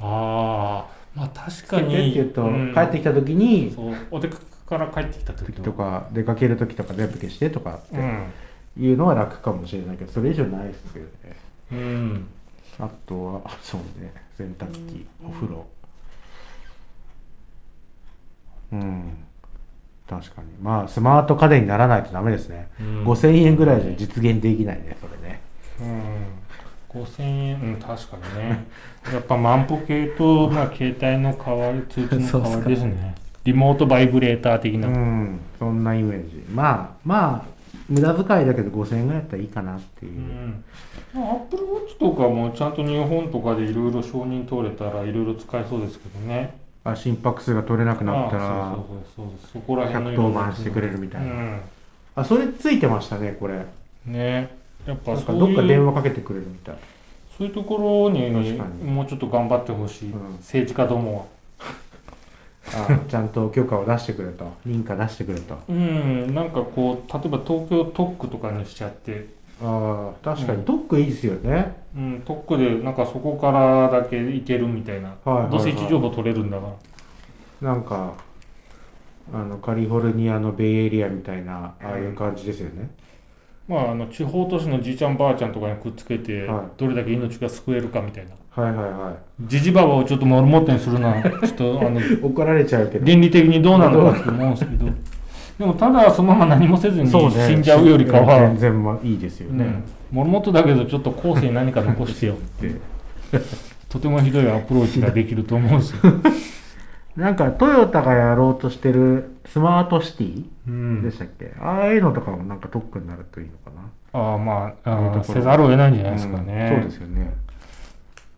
あーまあ確
つ
か
けてって
に
言うと、
うん
帰ってきた時に
そうお出かけから帰ってきた時
時とか出かける時とか全部消してとかって
うん
いうのは楽かもしれないけどそれ以上ないですけどね
うん
あとは、そうね、洗濯機、お風呂。うん。確かに。まあ、スマート家電にならないとダメですね。
うん
5000円ぐらいじゃ実現できないね、それね。
うん5000円、うん、確かにね。 やっぱ万歩計と、まあ、携帯の代わり、通知の代わりですね。リモートバイブレーター的
う
な。
ん、そんなイメージ。まあ、まあ、無駄遣いだけど5000円ぐらいだったらいいかなっていうう。
んアップルウォッチとかもちゃんと日本とかでいろいろ承認取れたらいろいろ使えそうですけどね。
あ心拍数が取れなくなった
あ
ら、
そうそうそうそうです。そこら辺の
110番してくれるみたいな。あ、それついてましたね、これ。
うん。ね。やっぱ
なん
そ
か
う
どっか
い
電
う
話かけてくれるみたい。
そういうところに
確かに
もうちょっと頑張ってほしい、
うん
政治家どもは。
あちゃんと許可を出してくれと。認可出してくれと。
うん、なんかこう、例えば東京特区とかにしちゃって、
ああ、確か
う
に。
ん
ドックいいですよね。
うん、特区でなんかそこからだけ行けるみたいな、
はいはいはい
どうせ位置情報取れるんだから。
なんか、あの、カリフォルニアのベイエリアみたいな、ああいう感じですよね。
まあ、あの地方都市のじいちゃんばあちゃんとかにくっつけて、
は
どれだけ命が救えるかみたいな
はいはいは
じじばばをちょっと丸もっとにする なちょっとあの
い。怒られちゃうけど。
倫理的にどうなのかって思うんですけどでもただそのまま何もせずに
そうね
死んじゃうよりかは、
全然まあいいですよ
ね
ね。
丸もっとだけどちょっと後世に何か残してよ
で
とてもひどいアプローチができると思うん ですよ、
なんか、トヨタがやろうとしてるスマートシティ
うん
でしたっけ、ああいうのとかもなんか特区になるといいのかな。
ああまあ
こういうと
ああ
ころ
せざるを得ないんじゃないですかね、
うんそうですよね。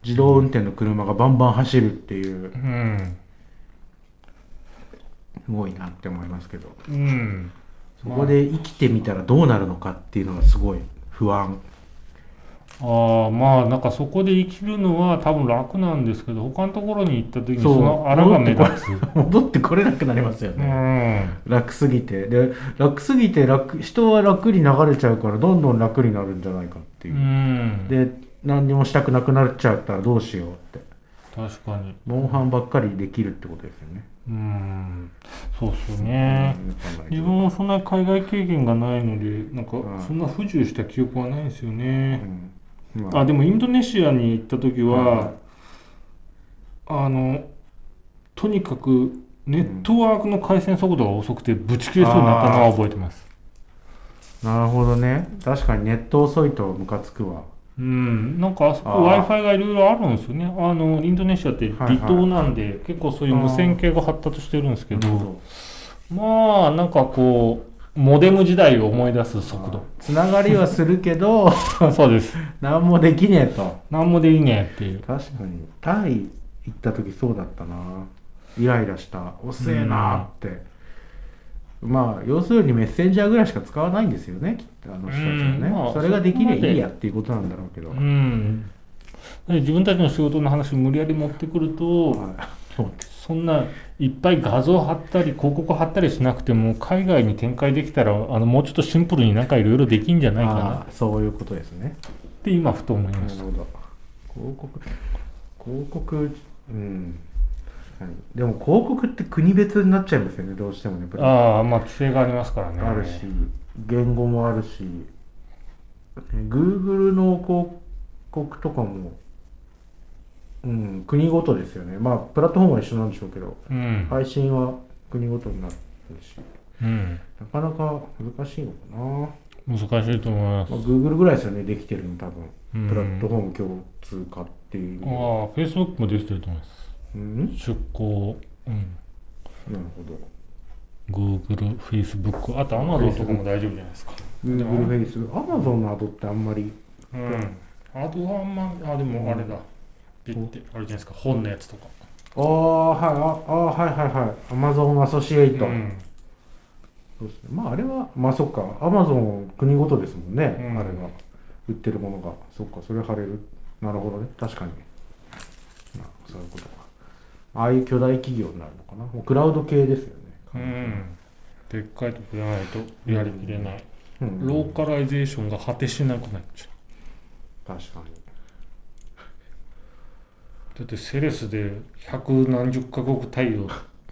自動運転の車がバンバン走るっていう、
うん
すごいなって思いますけど。
うん
そこで生きてみたらどうなるのかっていうのがすごい不安。
ああまあなんかそこで生きるのは多分楽なんですけど他のところに行った時に
そう
その穴が目立つ。
戻ってこれなくなりますよ
う
ね。
ん
楽すぎて。で、楽すぎて楽、人は楽に流れちゃうから、どんどん楽になるんじゃないかって
う
いう。
ん
で、何にもしたくなくなっちゃったらどうしようって。
確かに
モンハンばっかりできるってことですよね。
うんそうっすね
うんわかんないけ
自
ど
分もそんな海外経験がないので
う
なん
ん
かそんな不自由した記憶はないんですよね
うんまあ
あでもインドネシアに行った時
は
はあのとにかくネットワークの回線速度が遅くてぶち切れそうになったのは覚えてます
なるほどね。確かにネット遅いとムカつくわ。
うん、なんかあそこ
あー
Wi-Fi がいろいろあるんですよね。あの、インドネシアって離島なんで、結構そういう無線系が発達してるんですけ
なる
ど、
ほ
まあ、なんかこう、モデム時代を思い出す速
ど
度。
つながりはするけど、
そうです。
何もできねえと。
なんもでいいねっていう。
確かにタイ行った時そうだったなイライラした遅えなって、まあ要するにメッセンジャーぐらいしか使わないんですよねきっとあの人たちはね、
うんまあ
それができりゃ
そこまで
いいやっていうことなんだろうけど、
う
はい
ん。で自分たちの仕事の話無理やり持ってくると、
そうです
そんないっぱい画像貼ったり、広告貼ったりしなくても、海外に展開できたら、あの、もうちょっとシンプルになんかいろいろできんじゃないかなっ
ああそういうことですね
て今、ふと思い
な
ま
る
した。
ほど広告広告うん確かにでも広告って国別になっちゃいますよねどうしてもねやっぱり
ああ、まあ、規制がありますからね。
あるし、言語もあるし、ね Google の広告とかも、うん、国ごとですよね。まあ、プラットフォームは一緒なんでしょうけど、
うん。
配信は国ごとになってるし、
うん。
なかなか難しいのかな。
難しいと思います。
まあ、Google ぐらいですよね、できてるの、多分。
うん
プラットフォーム共通化っていう意味で
あ
は。
あ、Facebook もできてると思います。
うん
出向、うん。
なるほど。
Google、Facebook、あと Amazon とかも大丈夫じゃないですか。
Google、Face、Amazon の後ってあんまり、
うん。あとはあんま、あ、でもあれだ。ピッて、あれじゃないですか、本のやつとか。
ああ、はい、ああー、はいはいはい。Amazon アソシエイト。
うん。
そうですね。まああれは、まあそっか、アマゾン国ごとですもんね、
うん
あれが。売ってるものが。そっか、それ貼れる。なるほどね、確かに。まあ、そういうことか。ああいう巨大企業になるのかな。もうクラウド系ですよね。
うん。でっかいとこじゃないとやりきれない。
うん
ローカライゼーションが果てしなくなっちゃう。
確かに。
だってセレスで百何十カ国対応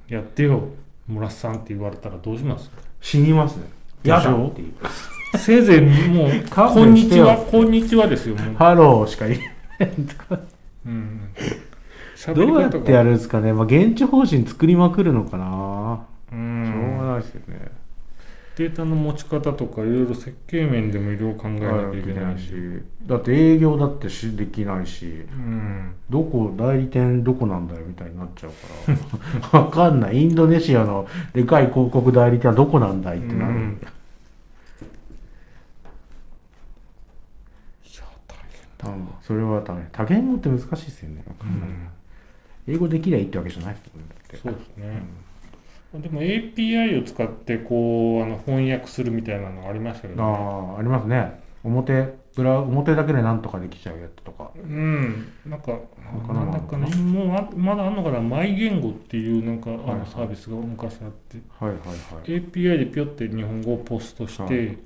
やってよ、村瀬さんって言われたらどうします
死にますね。
でしょ
やだっていう。
せいぜいもう、
勘
こん
弁
に
して
ち
よ
は、こんにちはですよ、もう。
ハローしか言え
うん。喋り
どうやっ
方
てや
が。
るんですかね、まあ、現地方針作りまくるのかな、
う
しょうが
ん。
ないですよね、
データの持ち方とか、いろいろ設計面でもいろいろ考えな
は
きゃ
いで
いけ
き
な
ないいし
し。
だって営業だってしできないし
うん。
どこ代理店どこなんだよみたいになっちゃうから わかんないインドネシアのでかい広告代理店はどこなんだいってなる、
うんいや、大
多分それは多分多言語って難しいですよね、
変だ。うん。
英語できりゃいいってわけじゃないですもんねだって
そうですね。でも API を使ってこうあの翻訳するみたいなのがありましたよ
あ
ね。
あありますね表裏表だけでなんとかできちゃうやつとか
うん、なんか、
他
な
の
ん
もあ
だ
るの
か
か
ね
な、
もうあまだあんのかな、マイ言語っていうなんかあ
はいは
の
い
サービスが昔あって、
はいはいはい
API でピョって日本語をポストして、
はい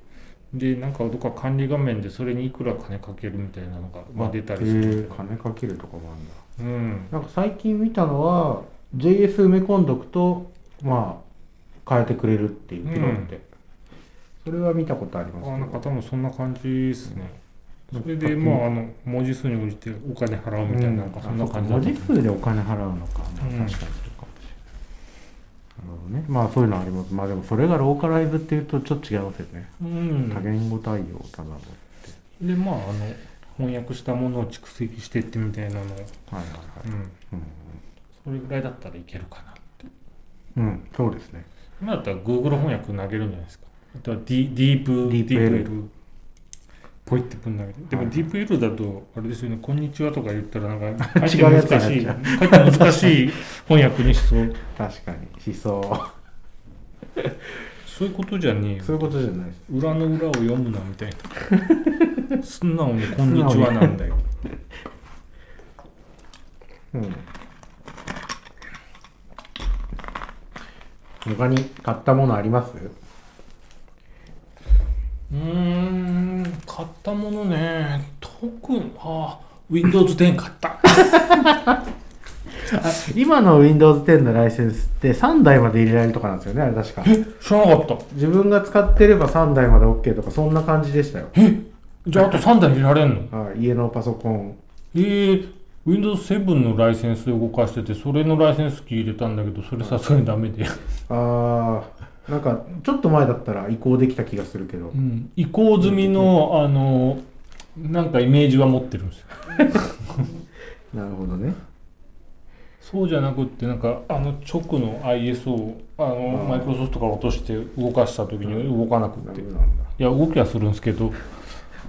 で、なんかどっか管理画面でそれにいくら金かけるみたいなのが、まあ、出たりす
へー
るみたい
金
な。
かけるとかもあるんだ
うん、
なんか最近見たのは JS 埋め込んどくとまあ変えてくれるっていう機能って、それは見たことあります
あなんか多分そんな感じですね。
うん
それで、まあ、あの文字数に応じてお金払うみたいな、なんかそんな感じだ
文
った
字数でお金払うのか、まあ、確かにそうかも
うん
しれない、なるほどねまあそういうのありますまあでもそれがローカライズっていうとちょっと違いますよね、
うん、
多言語対応だなの
でまああの翻訳したものを蓄積してってみたいなのを、
はいはいはい
うん、
うん
それぐらいだったらいけるかなって
うん、うん、そうですね
今だったら Google 翻訳投げるんじゃないですかあとはディディープ
ディープ L
ポイってぶん投げてで
は
も
い
ディープ L だとあれですよね「こんにちは」とか言ったらなん か
違うやつ
かし
に
い
な
か
っ
えって難しい翻訳にしそう
確かに思 想
そういうことじゃねえよ
そういうことじゃないです
裏の裏を読むなみたい な素直に「こんにちは」なんだよ
うん他に買ったものあります
うーん買ったものね特にあー Windows10 買った
あ 今の Windows 10のライセンスって3台まで入れられるとかなんですよねあれ確か
知らなかった
自分が使ってれば3台まで OK とかそんな感じでしたよ
じゃああと3台入れられんの
あ家のパソコン
えー、Windows7 のライセンス動かしててそれのライセンスキー入れたんだけどそれさすがにダメで、
あーなんかちょっと前だったら移行できた気がするけど
うん、移行済みのあのなんかイメージは持ってるんですよ
なるほどね
そうじゃなくってなんかあの直の ISO をあのマイクロソフトから落として動かした時に動かなくっ
ダ
て
メなんだ
いや動きはするんですけど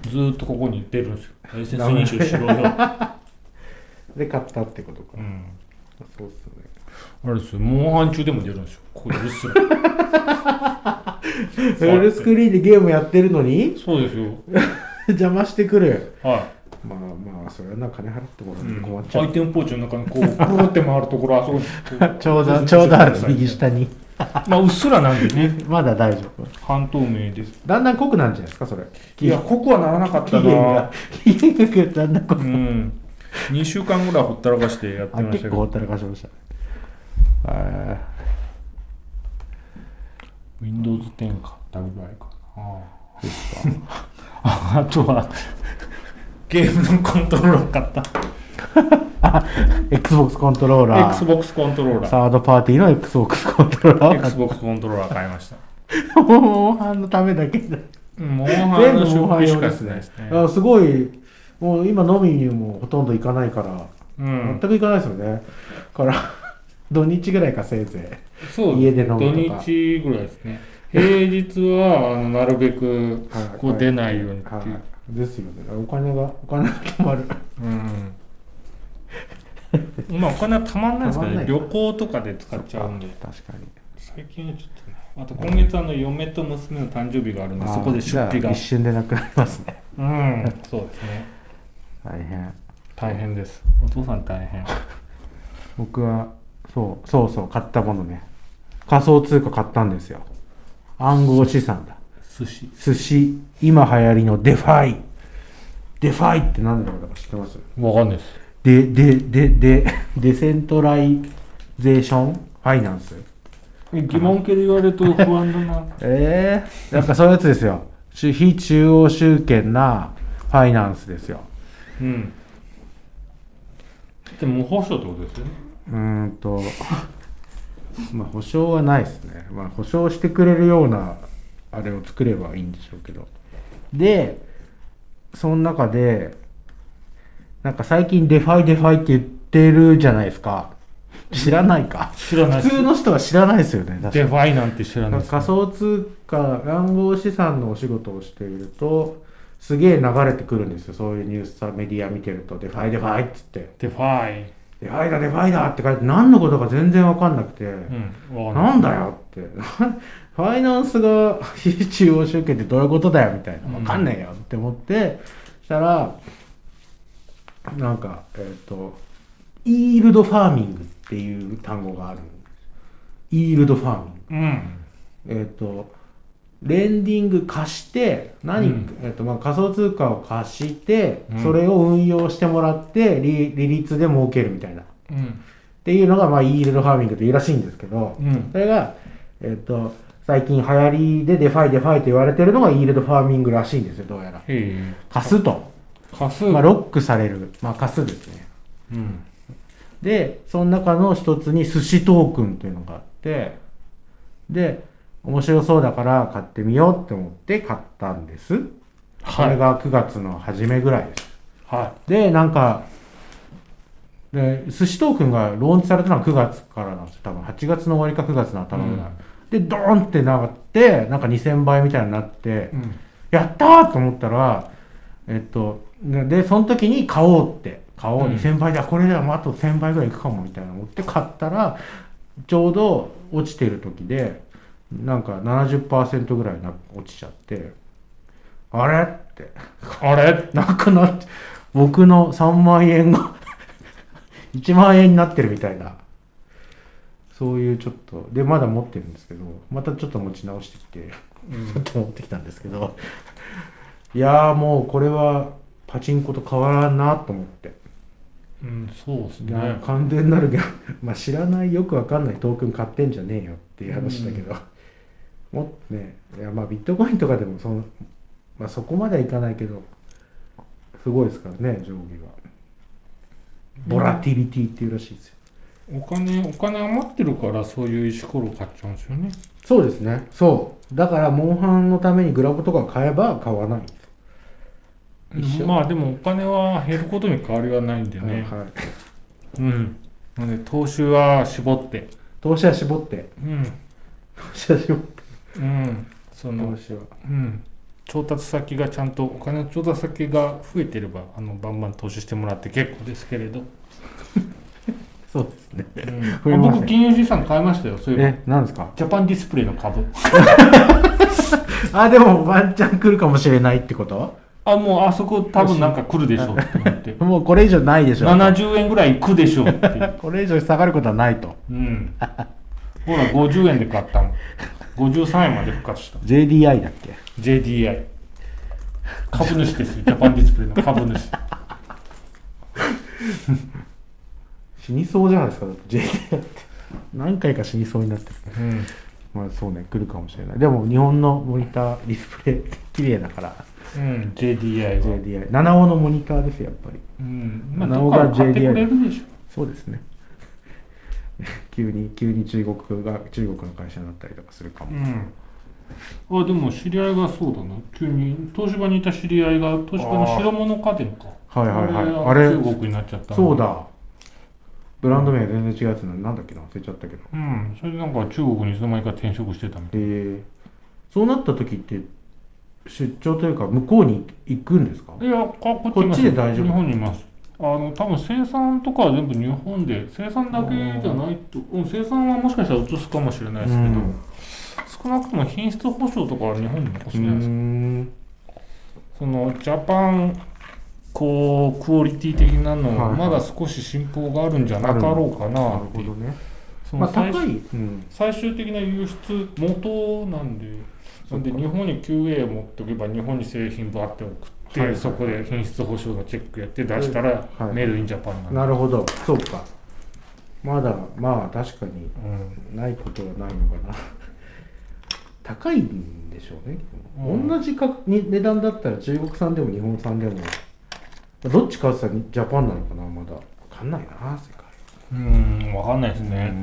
ずーっとここに出るんですよライセンス認証しろよ、
で買ったってことか、
うん、
そうっすね
あれですよモンハン中でも出るんですよここでうっす ら
フルスクリーンでゲームやってるのに
そうですよ
邪魔してくる
は
まあまあそれはな金払ってもらっ
い、う
て困っ
ん、
ちゃう、
相手のポーチの中にこうプーって回るところあそこにこ
ちょうどちょうどある右下に
まあうっすらなんでね
まだ大丈夫
半透明です
だんだん濃くなるんじゃないですかそれ
いや濃くはならなかっ
期
た
限が
な
期限がだんだん濃
う
く
ん2週間ぐらいほったらかして やって
あ
ました
結
け
構ほ
ど
ったらかしましたねあ
Windows10 買ったぐらいかなああとはゲームのコントローラー買った
ー XBOX コントローラー
Xbox コントローラー
サードパーティーの XBOX コントローラーを買っ
Xbox コントローラー買いました
たモンハンのためだけだ
モンハン
全
の
部
出
モンハン
費し
用で
かやっ
す
てない
ね
ですね
あすごいもう今飲みにもほとんど行かないから、
う
全
ん
く行かないですよねから 土日ぐらいかせいぜ
そう
家で飲むとか
土日ぐらいですね平日はあのなるべく
はい
こう出ないようにっ
い、
ていう、
はい、ですよねお金がお金が貯まる
うんまあお金はたまんないですけど、
たまんない
ね、旅行とかで使っちゃうんで
確かに
最近はちょっとねあと今月あの嫁と娘の誕生日があるんでそこで出
じ
費
ゃ
が
あ一瞬でなくなりますね
うんそうですね
大変
大変ですお父さん大変
僕はそうそうそう買ったものね仮想通貨買ったんですよ暗号資産だ
寿司
寿司今流行りのデファイデファイって何だろうか知ってます
わかんないです
でででで デセントライゼーションファイナンス
疑問系で言われると不安だな
ええなんかそういうやつですよし非中央集権なファイナンスですよ。
うん。でも無保証ってことですよね。
うーんと、まあ、保証はないですね。まあ、保証してくれるような、あれを作ればいいんでしょうけど。で、その中で、なんか最近デファイデファイって言ってるじゃないですか。知らないか。
知らない
普通の人は知らないですよね、確か
デファイなんて知らないです、
仮想通貨暗号資産のお仕事をしているとすげえ流れてくるんですよそういうニュースさメディア見てると「デファイデファイ」っつって
デファイ。
「デファイだデファイだ」って書いて何のことか全然わかんなくて、
うん。わか
なんだよって ファイナンスが 非中央集権ってどういうことだよみたいなわかんねえよって思ってしたらなんかえっ、とイールドファーミングっていう単語があるイールドファーミング
うん。
えっ、と、レンディング貸して、何、
うん
えっ、と、まあ、仮想通貨を貸して、
うん
それを運用してもらって、利利率で儲けるみたいな。っ
うん。
ていうのが、まあ、イールドファーミングというらしいんですけど、
うん。
それが、えっ、と、最近流行りでデファイデファイと言われてるのがイールドファーミングらしいんですよ、どうやら。
へ
貸すと。
え。貸す。
まあ、ロックされる。まあ、貸すですね。
うん。
でその中の一つに寿司トークンというのがあってで面白そうだから買ってみようって思って買ったんです、これ
は
が9月の初めぐらいです
い。は
でなんかで寿司トークンがローンチされたのは9月からなんですよ多分8月の終わりか9月の頭ぐらい、でドーンってなってなんか2000倍みたいになって
い。、うん。
やったーと思ったら、えっと、ねで、その時に買おうって、買おう、
うん
2000倍だ、これではもうあと1000倍ぐらいいくかもみたいな思って買ったら、ちょうど落ちてる時で、なんか70%ぐらいな落ちちゃって、あれって、
あれ
なくなって、僕の3万円が 1万円になってるみたいな。そういうちょっと、で、まだ持ってるんですけど、またちょっと持ち直してきて。
うん
ちょっと持ってきたんですけどいやーもうこれはパチンコと変わらんなと思って、
うん、そうです
いや
ね
ー。完全なるギャンまあ知らないよくわかんないトークン買ってんじゃねえよっていう話だけど、もっとねいやまあビットコインとかでもその、まあ、そこまではいかないけどすごいですからね上下がボラティリティっていうらしいですよ、
お金、お金余ってるから、そういう石ころ買っちゃうんですよね。
そうですねそうだからモンハンのためにグラボとか買えば買わないんです一緒
まあ、でも、お金は減ることに変わりはないんでね。
はい、
うん。なので、投資は絞って。
投資は絞って
うん。
投資は絞って
うん。その
投、資は
うん。調達先がちゃんと、お金の調達先が増えてれば、あの、バンバン投資してもらって結構ですけれど。
そうですね。
うん、あ僕、金融資産買いましたよ、そういえば。
え、なんですか
ジャパンディスプレイの株。
あ、でもワンチャン来るかもしれないってこと。
あ、もうあそこ多分なんか来るでしょうって思って
もうこれ以上ないでしょ。
70円ぐらい行くでしょうっていう。
これ以上下がることはないと。
うん。ほら、50円で買ったの。53円まで復活した。
JDI だっけ
JDI。株主ですよ、ジャパンディスプレイの株主。
死にそうじゃないですか、だって JDI って。何回か死にそうになってる。
うん。
まあそうね、来るかもしれない。でも日本のモニター、ディスプレイ、綺麗だから。
うん、JDI は。
JDI。七尾のモニターですよ、やっぱり。
うん。まあ、
な
ど
お
っか
が
で買ってく
JDI
れるでしょ。
そうですね。 急に、急に中国が、中国の会社になったりとかするかも。
うん。あ、でも知り合いがそうだな。急に、東芝にいた知り合いが、東芝の白物家電か。
はいはいはい
あれ
あれ
中国になっちゃったの
そう。だ。ブランド名全然違うやつななんだっけな忘れちゃったけど。
うん。それでなんか中国にいつの間にか転職してたみたい。
えーそうなった時って出張というか向こうに行くんですか
いや、あこ
こっちで大丈夫
日本にいます。あの、多分生産とかは全部日本で、生産だけじゃないと、うん、生産はもしかしたら移すかもしれないですけ
う
ど、
ん
少なくとも品質保証とかは日本に残す
うー
じゃないですか。
ん
その、ジャパン、こう、クオリティ的なの
はいは
を、
い
まだ少し進歩があるんじゃなかろうか
な
な
る
って
ほ
いう
どね
そ
ま
の
あ
最
高い、うん、
最終的な輸出元なんでなんで日本に QA を持っておけば日本に製品バーって送って、
はいはい
そこで品質保証のチェックやって出したら、
いはい
メイドインジャパンなんで、
なるほどそうかまだまあ確かに
うん
ないことはないのかな 高いんでしょうね、
うん
同じかに値段だったら中国産でも日本産でもどっち買うって言ったらジャパンなのかなまだ分かんないな世界
うんわかんないですね、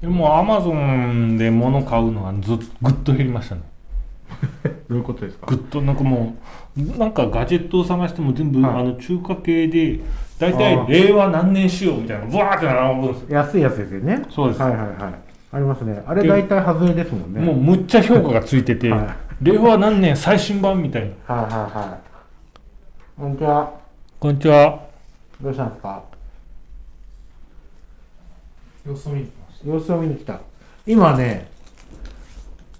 でもアマゾンで物買うのはずっぐっと減りましたね
どういうことですか
ぐっとなんかもうなんかガジェットを探しても全部、
はい
あの中華系で大
あ
体
ー
令和何年仕様みたいなブワーって並ぶんですよ
安いやつですよね
そうです
はいはいはいありますねあれ大体外れですもんね
もうむっちゃ評価がついてて、
はい
令和何年最新版みたいな
はいはいはいこんにちは
こんにちは
どうしたんですか
様子を見に来まし
様子を見に来た今ね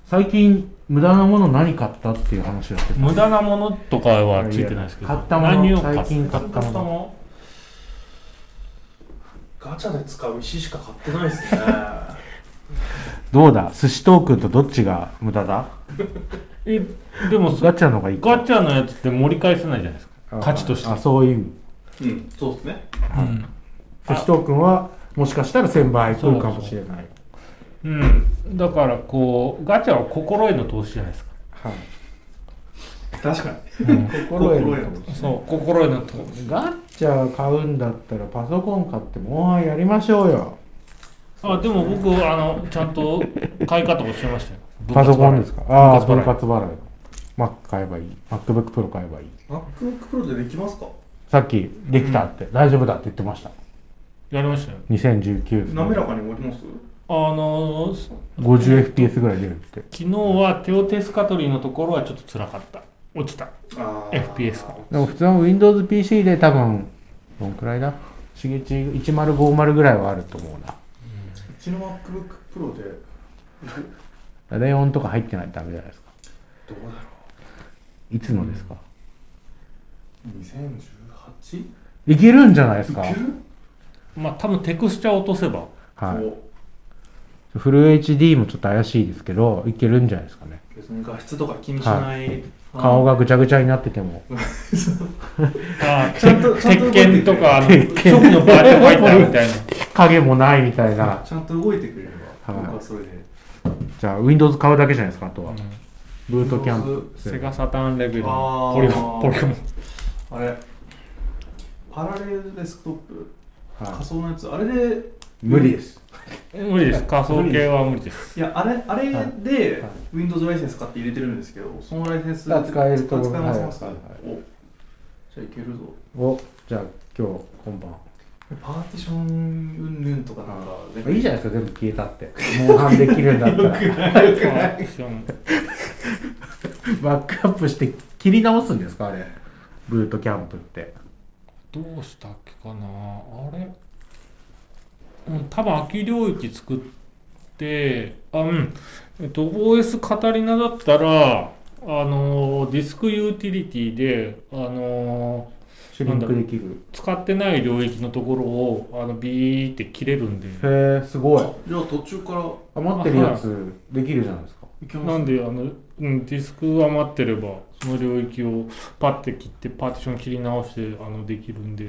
最近無駄なもの何買ったっていう話をしてた
無駄なものとかはついてないですけど
買ったもの
何を
最近買ったもの
の
たガチャで使う石しか買ってないですね
どうだ寿司トークンとどっちが無駄だ
えでもそ
ガチャのがいい
ガチャのやつって盛り返せないじゃないですか価値として
あそういう意味
うんそうですね
うん、
寿司トークンはもしかしたら1000倍くるかもしれない
うん、だからこうガチャは心への投資じゃないですか、
はい
確かに
心得る
心得
そう心への投資
ガッチャ買うんだったらパソコン買ってモンハンやりましょうよ
あでも僕あのちゃんと買い方教えましたよ
パソコンですかああ
ああ
分
分
割払い Mac 買えばいい MacBook Pro 買えばいい
MacBookPro でできますか
さっきできたって、大丈夫だって言ってました
やりましたよ
2019年
滑らかに動きます
あのす
50fps ぐらい出るって
昨日はテオテスカトリーのところはちょっと辛かった落ちた
あ
FPS か
でも普通の WindowsPC で多分どんくらいだしげち1050ぐらいはあると思うな
うちの MacBookPro でど
レオンとか入ってないとダメじゃないですか
どうだろ
いつのですか、
う 2018? い
いけるんじゃないですか
ける
まあ多分テクスチャー落とせば
はい
こ
フル HD もちょっと怪しいですけどいけるんじゃないですかね
う別に画質とか気にしない、
顔
が
がぐちゃぐちゃになってても
ああ
ちゃんとちゃんと動
鉄
いて
拳とかあの初期のバーチャファイターみたいな
影もないみたいな
ちゃんと動いてくれれば、
はい
僕はそれで
じゃあ Windows 買うだけじゃないですかあとは、ブートキャンプ
Windows
セガサターンレベル
あ
の
ー
ポリゴンポリゴン
あれパラレルデスクトップ
はい
仮想のやつあれで
無理です
無理です仮想系は無理です
いやあれあれ
はい
で
はい
Windows ライセンス買って入れてるんですけどそのライセンス
あ使えると
あ使えます、
はい
使えますおじゃあいけるぞ
おじゃあ今日今晩
パーティションうんぬんとかなんか全部
いいじゃないですか全部消えたってモンハンできるんだった ら
パーティション
バックアップして切り直すんですかあれブートキャンプって
どうしたっけかなあれうん多分空き領域作ってあうんえっと OS カタリナだったらあのディスクユーティリティであの
シュリンクできる
使ってない領域のところをあのビーって切れるんで
へえすごい
じゃあ途中から
余ってるやつできるじゃないですか
いけます
なんであの、うん、ディスクが余ってればその領域をパッて切ってパーティション切り直してあのできるんで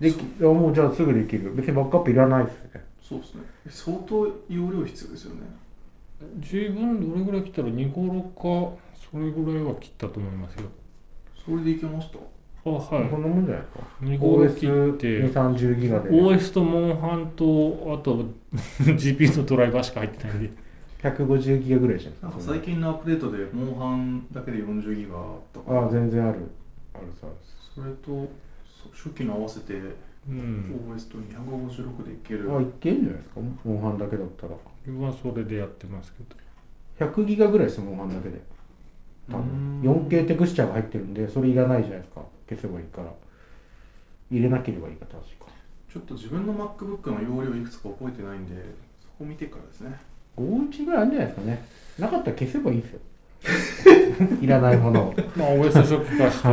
できあもうじゃあすぐできる別にバックアップいらないですね
そうですね相当容量必要ですよね
十分どれぐらい切ったら2頃かそれぐらいは切ったと思いますよ
それでいけました
あは
こ
い
んなもんじゃないですか
2頃切って
OS230 ギガで
OS とモンハンとあと GPU のドライバーしか入ってないんで
150ギガぐらいじゃな
な
んい
か
ですか
最近のアップデートでモンハンだけで40ギガとか
ああ全然あるあるさ
それとそう初期の合わせて
うん
OS と256でいける
あいけんじゃないですかモンハンだけだったら
僕はそれでやってますけど
100ギガぐらいですモンハンだけで多分 4K テクスチャーが入ってるんでそれいらないじゃないですか消せばいいから入れなければいいか確か
ちょっと自分の MacBook の容量いくつか覚えてないんでそこ見てからですね
5インチぐらいあるんじゃないですかねなかったら消せばいいです よいらないものを
まあ OS 初期化して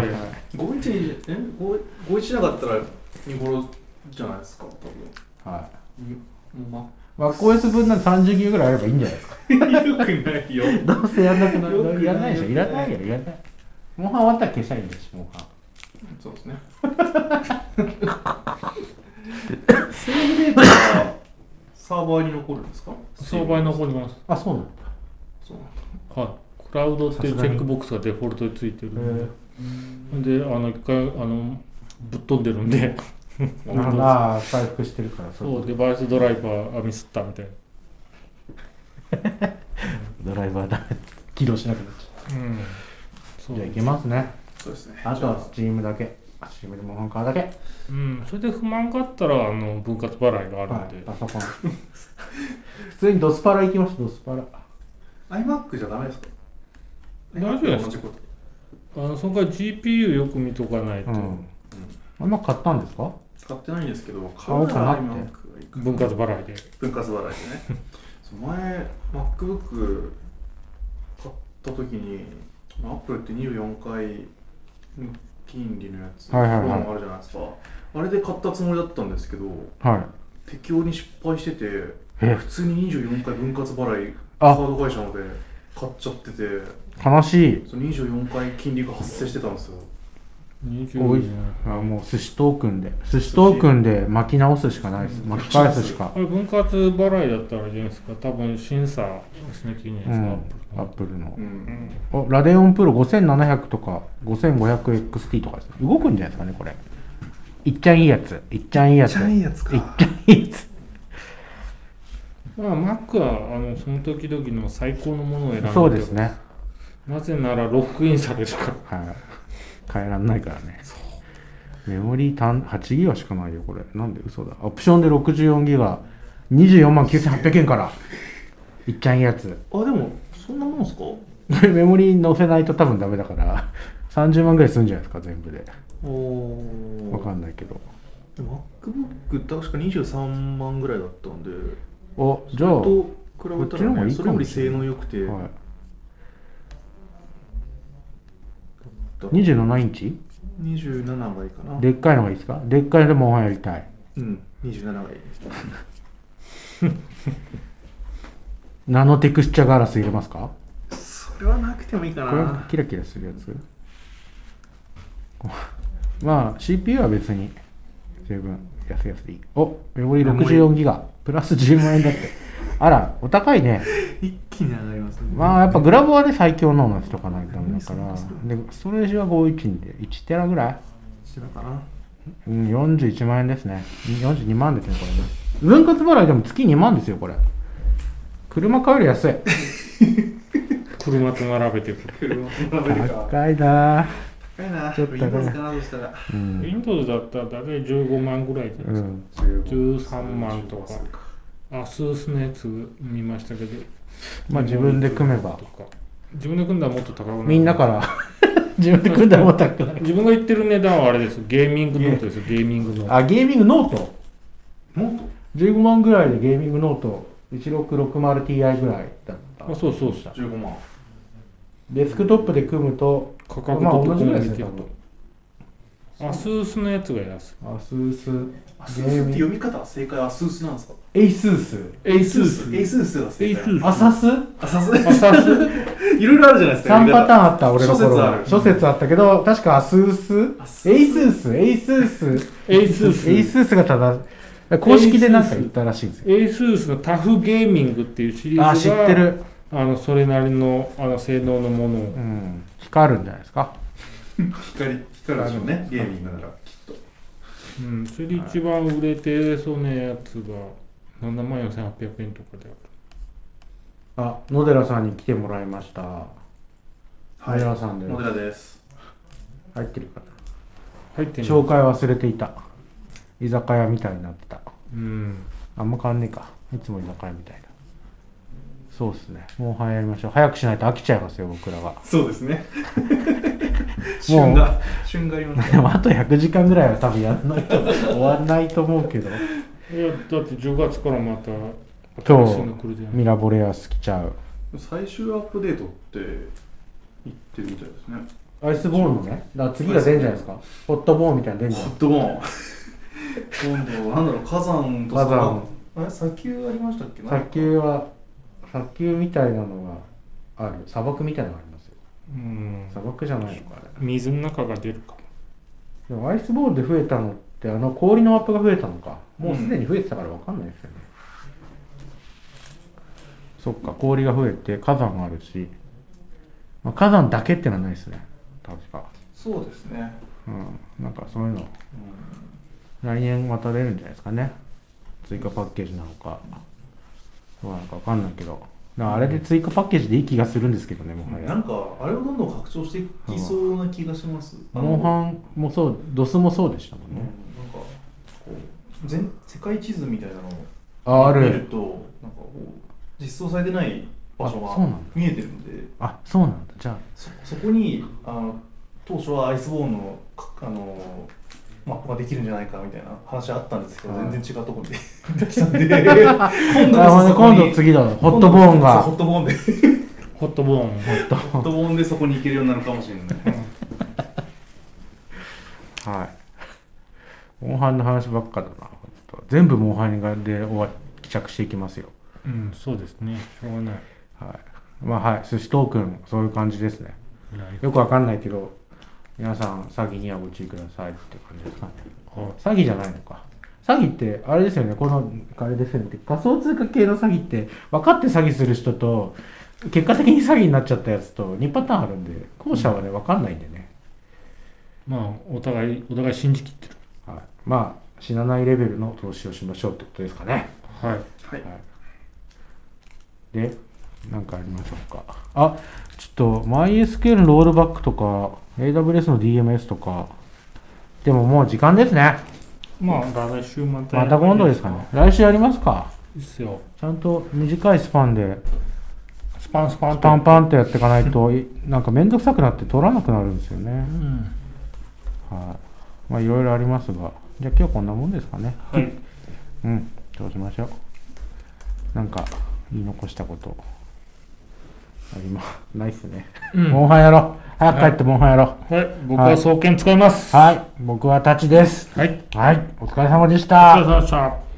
5インチにえ5 5インチなかったら2頃じゃないですか多分
は
にも
い MacOS 分なんで30ギガぐらいあればいいんじゃないですか
うよくないよ
どうせやんなくな
よくな
る
い
いらないでしょいらない
よ
よいらないモンハン終わったら消したいんですモンハン
そうですねセーブデータはサーバーに残るんですか
相場に残ります
あそうなんだ
そう
はい、クラウドっていうチェックボックスがデフォルトについてるんで、であの一回あのぶっ飛んでるんで
なるほどああ回復してるからそう
そうデバイスドライバーあミスったみたいな、
ドライバーだ起動しなくなっちゃ
うん、そう
うじゃあいけますね
そうですね
あとはスチームだけスチームでモンハンカーだけは
うん、それで不満があったらあの分割払いがあるん
い
で、
パソコン 普通にドスパラ行きましたドスパラ
iMac じゃダメですか
大丈夫です
か
あのそのから GPU よく見とかないと、
うんあんま買ったんですか
使ってないんですけど
買おうかなって
買うなら iMac がいいかな
分割払いで
分割払いでね そう前 MacBook 買った時に Apple って24回金利のやつ、
はいはいはい
ローンあるじゃないですかあれで買ったつもりだったんですけど
はい
適用に失敗してて
え
普通に24回分割払いカ
あ
ード会社ので買っちゃってて
悲しい
その24回金利が発生してたんですよ
多い
20
あもう寿司トークンで寿司トークンで巻き直すしかないです
うん
巻き返すしか
あれ分割払いだったらいいじゃないですか多分審査しなきゃいけないじ
う
ゃない
ん
ですか、
アップルの
う
うんん
おラデオンプロ5700とか 5500XT とかですね動くんじゃないですかねこれいっちゃんいいやついっちゃんいいやつ
ちゃいいやつ
いっ
か
ちゃんいいやつ
まあ、Mac はあのその時々の最高のものを選んで
そうですね
なぜならロックインされるから
はい変えらんないからねメモリー単8ギガしかないよこれなんで嘘だオプションで64ギガ24万9800円からいっちゃんいいやつ
あでもそんなもんすか
これメモリに載せないと多分ダメだから30万ぐらいするんじゃないですか全部で
おお
わかんないけど
MacBook 確か23万ぐらいだったんで
おじゃあ
そ
は
れと比べた
こっちの方が
ら、
い
ね、
いか
そ
も
れより性能良くて、
い27インチ
27がいいかな
でっかいのがいいですかでっかいのでもおはやりたい
うん27がいい
ナノテクスチャガラス入れますか
それはなくてもいいか
これキラキラするやつこうまあ CPU は別に十分安い安いでいいおメモリ
メモリ
64ギガプラス10万円だってあらお高いね
一気に上がりますね
まあやっぱグラボはね最強のやつとかないとダメだから
そうそう
でストレージは512で1テラぐらい
してたかな
うん41万円ですね42万ですねこれね分割払いでも月2万ですよこれ車買うより安い
車と並べてくる
車と並べるか
高いなぁ
高いな
ちょっと高い
Windows かなどうしたら
うん
Windows だったら大体15万ぐらいじゃな
う
いですか、
ん
13万とかアスースのやつ見ましたけど
まあ自分で組めば
とか自分で組んだらもっと高くなる
みんなから 自分で組んだらもう高い
自分が言ってる値段はあれですよゲーミングノート ですよゲーミングノート
あゲーミングノート
もっと
15万ぐらいでゲーミングノート 1660Ti ぐらいだった
あそうそうそう
15万
デスクトップで組むと
価格
まあ
とここ
同じぐら
も
いです
見
ね
て
多
る
分
とアスースのやつが安い
アスース
アスースって読み方は正解はアスースなんですか
エイスース
エイ
エイスースが正解
アサス
アサス
アサス
いろいろあるじゃないですか
3パターンあった俺の頃は
諸
諸
説ある
説あったけど確かアスー
ア
ス
スース
エイスースエイスース
エイスース
エイスースが正しい公式でなんか言ったらしいんですよ
エイスースのタフゲーミングっていうシリーズが
あ知ってる、
あのそれなりのあの性能のものを
うん、光るんじゃないですか
光光るでしょうねゲーミングならきっと
うん、それで一番売れてそうなやつが7万4800円とかである
あ野寺さんに来てもらいました野寺さんで
モデラです
入ってるかな
入ってん
紹
の
介忘れていた居酒屋みたいになってた
うん
あんま変わんねえかいつも居酒屋みたいなそうっすねもう早やりましょう早くしないと飽きちゃいますよ僕らが
そうです ね旬が旬がありました
でもあと100時間ぐらいは多分やんないと 終わんないと思うけど
いやだって10月からまた
そう
新しいの来るじゃない
ミラボレアス来ちゃう
最終アップデートって言ってるみたいですね
アイスボールのねだから次が出るんじゃないですかホットボーンみたいなの出るんじゃ
ホ
ない
ットボーン今度なんだろう火山と
火山
あれ砂丘ありましたっけ
砂丘は砂丘みたいなのがある砂漠みたいなのがありますよ
うん
砂漠じゃないのかあれ
水の中が出るかも
でもアイスボールで増えたのってあの氷のアップが増えたのかもうすでに増えてたから分かんないですよね、そっか氷が増えて火山があるし、まあ、火山だけってのはないですね確か
そうですね、
うんなんかそういうの
うん
来年また出るんじゃないですかね追加パッケージなのかどうなのか分かんないけどだからあれで追加パッケージでいい気がするんですけどねもは
な
や
んかあれをどんどん拡張していきそうな気がします。あの
モンハンもそうドスもそうでしたも
うん
ん
なん
ね
かこう全世界地図みたいなのを
ああ
見る
る
となんかこう実装されてない場所
あ
が
そうなんだ
見えてるので
あそうなんだじゃあ
そそこにあの当初はアイスボーンのかあのマップができるんじゃないかみたいな話あったんですけど、
はい
全然違うと ころでできたんで 今度こそそこ
今
に
度次だホットボーンが
そうホットボ ーンで
ホ
ホ
ットボーン
ットボーンでそこに行けるようになるかもしれない。
はい。モンハンの話ばっかだな。ほんと全部モンハンで終わ帰着していきますよ。
うんそうですねしょうがない
はい。まあはい、寿司トークン、そういう感じですね。
ない
よくわかんないけど、皆さん詐欺にはご注意くださいって感じですかね。
は
詐欺じゃないのか。詐欺って、あれですよね、この、あれですよね、仮想通貨系の詐欺って、分かって詐欺する人と、結果的に詐欺になっちゃったやつと2パターンあるんで、後者はね、分かんないんでね。
まあお互いお互い信じきってる
はい、まあ死なないレベルの投資をしましょうってことですかね。
はい
はい
はい、で何かありましょうか。あちょっと MySQL のロールバックとか AWS の DMS とかでももう時間ですね。
まあ来週また
また今度ですかね。来週やりますか。
いいっすよ
ちゃんと短いスパンで
スパンスパンと
パンパンとやっていかないといなんかめんどくさくなって取らなくなるんですよね
う。ん
はい、まあいろいろありますがじゃあ今日こんなもんですかね。
はい
うん、そうしましょう。なんか、言い残したこと。ありま、ないっすね。
うん
モンハンやろう。早く帰ってモンハンやろう。
はい僕は双剣使います
はい、僕はタチです。
はい
はい、お疲れ様でし
お
た
疲れ。様でした